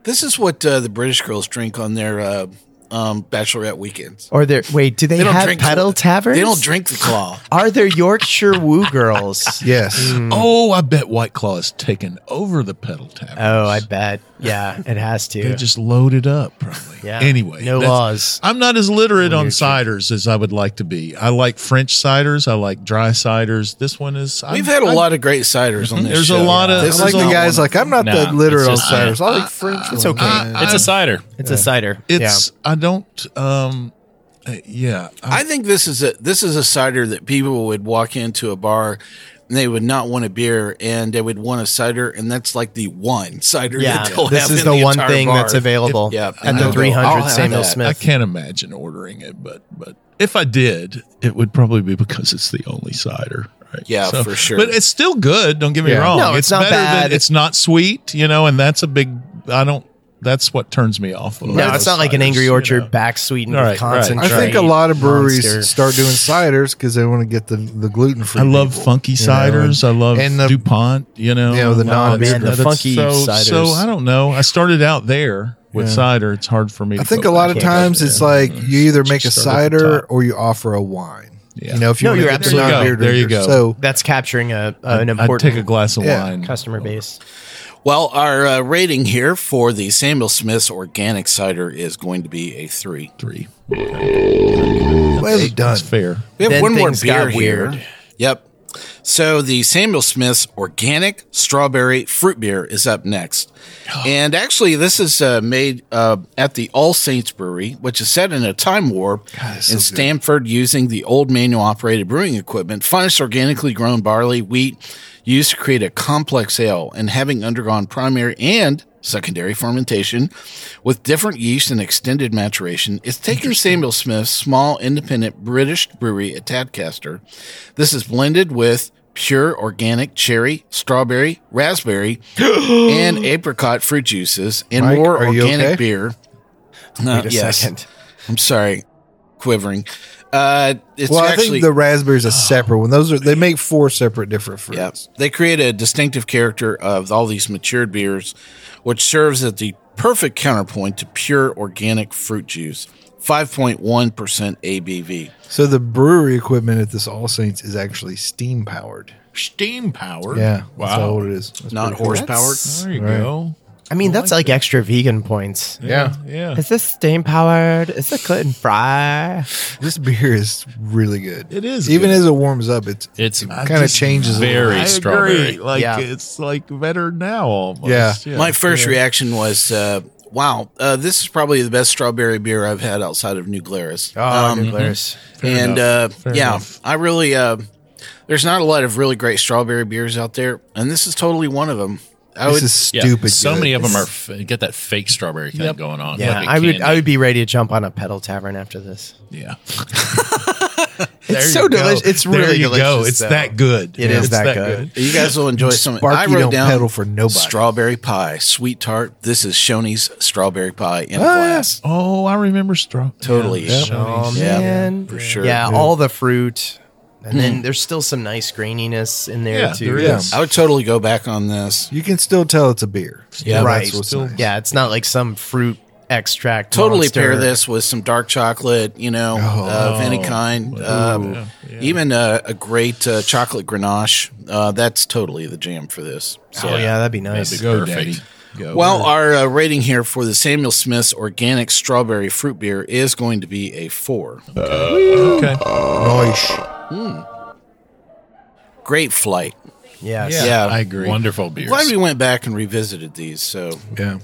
B: this is what uh, the British girls drink on their uh, um, bachelorette weekends.
G: Or they wait, do they,
B: don't
G: have
B: drink-
G: pedal taverns?
B: They don't drink the claw.
G: Are there Yorkshire Woo girls?
D: Yes.
F: Oh, I bet White Claw has taken over the pedal taverns.
G: Oh, I bet. Yeah, it has to.
F: They just loaded up, probably.
G: Yeah.
F: Anyway,
G: No
F: that's-
G: laws.
F: I'm not as literate on ciders as I would like to be. I like French ciders. I like dry ciders. This one is. I'm-
B: We've had a
F: I'm-
B: lot of great ciders on this.
F: There's a
B: show.
F: lot of-
B: This
D: I like
B: is
D: the
B: all-
D: guys like I'm not
C: Nah,
D: that literate on
C: it's just-
D: ciders. I like French. It's
G: okay.
C: It's a cider.
G: it's a cider.
F: It's. I don't. Um. uh, Yeah. I,
B: I think this is a this is a cider that people would walk into a bar and they would not want a beer and they would want a cider, and that's like the one cider.
G: Yeah,
B: that they'll
G: this
B: have in
G: is the, one
B: entire
G: thing
B: bar.
G: that's available
B: Yeah,
G: at
B: and
G: the
B: I'll go,
G: 300
B: "I'll have
G: Samuel
B: that."
F: I
G: Smith.
F: can't imagine ordering it, but but if I did, it would probably be because it's the only cider. Right?
B: Yeah, for sure.
F: But it's still good. Don't get me
D: Yeah.
F: wrong.
G: No, it's not bad.
F: Than, it's not sweet, you know, and that's a big. I don't. That's what turns me off.
G: No, it's not like an Angry Orchard back sweetened
F: All
G: with
F: right, right. I
D: I
G: concentrate.
D: think a lot of breweries
G: Monster.
D: start doing ciders because they want to get the, the gluten free.
F: I love funky ciders. I love
D: and the-
F: Dupont. You know,
D: You know, the
F: and all that
D: non-beer
F: stuff.
G: and the
F: That's
G: funky
F: so,
G: ciders.
F: So I don't know. I started out there with
D: Yeah.
F: cider. It's hard for
D: I
F: me. to
D: think a
F: go
D: lot
F: back
D: of
F: to it.
D: times it's
F: Yeah.
D: like you either make a
F: Just start at the
D: cider
F: top.
D: or you offer a wine.
F: Yeah.
D: You know, if you
G: No,
D: want
G: you're
D: to get the
G: absolutely-
D: non-beer
F: There you
D: drinkers.
F: go.
D: So
G: That's capturing a, a- an
F: I'd
G: important
F: take a glass of
D: Yeah.
F: wine.
G: customer base.
B: Well, our uh, rating here for the Samuel Smith's organic cider is going to be a three.
F: Three.
D: well done.
F: That's fair.
B: We have
G: Then
B: one more
G: things
B: beer
G: got
B: here.
G: weird.
B: Yep. So the Samuel Smith's organic strawberry fruit beer is up next, and actually this is uh, made uh, at the All Saints Brewery, which is set in a time warp in Stamford, using the old manual operated brewing equipment, finest organically grown barley, wheat, used to create a complex ale, and having undergone primary and secondary fermentation with different yeast and extended maturation. It's taken Samuel Smith's small independent British brewery at Tadcaster. This is blended with pure organic cherry, strawberry, raspberry, and apricot fruit juices and
D: Mike,
B: more
D: are you
B: organic
D: okay?
B: beer. Uh,
G: Wait a
B: yes.
G: second.
B: I'm sorry. Quivering. Uh, it's
D: well, I
B: actually
D: think the raspberries are separate one. Those are they make four separate different fruits.
B: Yeah. They create a distinctive character of all these matured beers, which serves as the perfect counterpoint to pure organic fruit juice. 5.1% ABV.
D: So the brewery equipment at this All Saints is actually steam powered.
F: Steam powered.
D: Yeah, that's how
F: Wow.
D: old it is. That's
B: Not
D: pretty cool.
B: horsepower.
F: There you
D: Right.
F: go.
G: I mean, that's like extra vegan points.
D: Yeah.
F: Yeah.
G: Is this steam powered? Is the Clinton fry?
D: this beer is really good.
F: It is
D: even
F: good.
D: as it warms up. It's
C: It's
D: kind of changes. a little.
C: very
F: I
C: strawberry.
F: agree. Like
G: Yeah.
F: it's like better now almost.
D: Yeah.
B: My first reaction was, uh, wow, uh, this is probably the best strawberry beer I've had outside of New Glarus.
D: oh,
B: Um, and uh, yeah, I really, uh, there's not a lot of really great strawberry beers out there, and this is totally one of them. I
D: This
B: would,
D: is
C: Yeah,
D: stupid.
C: so
D: good.
C: many of them are f- get that fake strawberry thing going on.
G: Yeah,
C: Like a
G: I would.
C: candy.
G: I would be ready to jump on a pedal tavern after this.
F: yeah.
G: It's so delicious. It's really
F: there you
G: delicious.
F: Go. It's
G: though.
F: that good.
G: It is
F: It's
G: that good.
B: you guys will enjoy some. I
D: Sparky
B: wrote
D: don't
B: down
D: pedal for nobody.
B: Strawberry pie, sweet tart. This is Shoney's strawberry pie in a
D: Ah,
B: glass.
F: Oh, I remember straw.
B: Totally.
F: Yeah.
G: Oh
B: Yeah,
G: man,
B: for sure.
G: Yeah, all the fruit, and then there's still some nice graininess in there
F: Yeah,
G: too. Uh,
F: there
D: Yeah.
F: is.
B: I would totally go back on this.
D: You can still tell it's a beer.
B: Yeah,
G: Right.
D: That's what's
F: Still-
D: nice.
G: Yeah, it's not like some fruit extract.
B: Totally
G: monster.
B: pair this with some dark chocolate, you know, uh,
D: Oh.
B: of any kind. Um, Even uh, a great uh, chocolate ganache. Uh, that's totally the jam for this. So,
G: Oh yeah, that'd be nice.
C: That'd be
F: Go,
C: perfect.
F: Daddy. Go.
B: Well, our uh, rating here for the Samuel Smith's organic strawberry fruit beer is going to be a four.
D: Uh.
F: okay.
D: Nice.
B: Great flight.
G: Yes.
B: yeah.
F: Yeah, I agree.
C: Wonderful beers.
B: Glad we went back and revisited these. So
D: Yeah.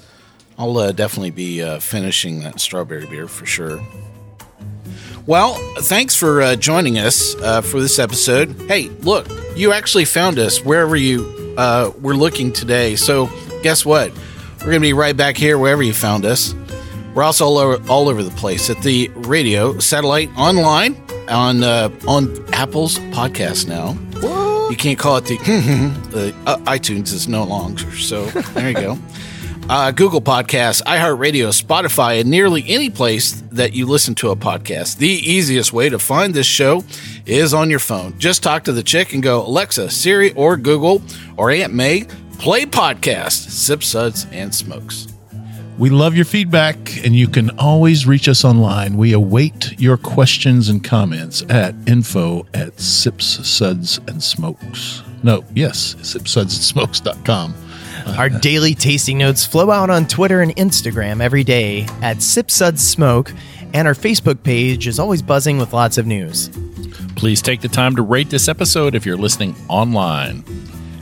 B: I'll uh, definitely be uh, finishing that strawberry beer for sure. Well, thanks for uh, joining us uh, for this episode. Hey, look, you actually found us wherever you uh, were looking today. So guess what? We're going to be right back here wherever you found us. We're also all over, all over the place at the radio, satellite, online, on uh, on Apple's podcast now. You can't call it the, hmm, the uh, iTunes is no longer. So there you go. Uh, Google Podcasts, iHeartRadio, Spotify, and nearly any place that you listen to a podcast. The easiest way to find this show is on your phone. Just talk to the chick and go, Alexa, Siri, or Google, or Aunt May, play podcast, sip suds, and smokes.
F: We love your feedback, and you can always reach us online. We await your questions and comments at info at sips, suds, and smokes. No, yes, sips, suds, and smokes.com.
G: Our daily tasting notes flow out on Twitter and Instagram every day at Sip Sud Smoke, and our Facebook page is always buzzing with lots of news.
C: Please take the time to rate this episode if you're listening online.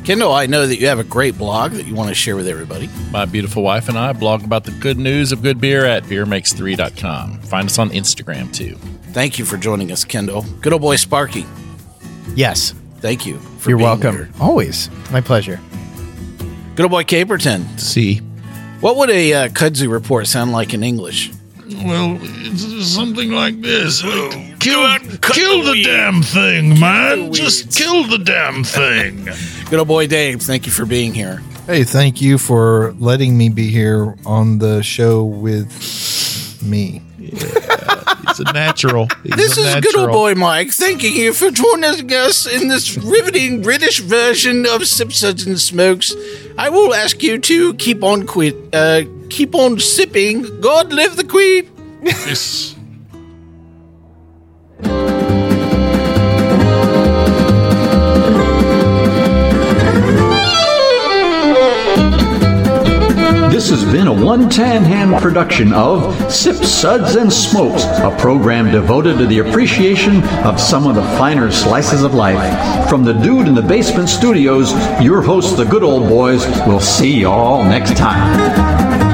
B: Kendall, I know that you have a great blog that you want to share with everybody.
C: My beautiful wife and I blog about the good news of good beer at beermakes3.com. Find us on Instagram too.
B: Thank you for joining us, Kendall. Good old boy Sparky.
G: Yes.
B: Thank you for
G: You're
B: being
G: welcome.
B: here.
G: Always. My pleasure.
B: Good old boy Caperton.
F: See,
B: What would a uh, kudzu report sound like in English?
F: well, it's something like this. kill, kill Oh, the, damn thing, man. Just kill the damn thing.
B: Good old boy Dave, thank you for being here.
D: Hey, thank you for letting me be here on the show with me.
F: It's a natural. He's
B: This
F: a
B: is good old
F: natural.
B: boy Mike. Thanking you for joining us in this riveting British version of Simpsons and Smokes. I will ask you to keep on quit, uh, keep on sipping. God live the Queen.
A: This has been a one tan hand production of Sip Suds and Smokes, a program devoted to the appreciation of some of the finer slices of life. From the dude in the basement studios, your hosts, the good old boys, will see y'all next time.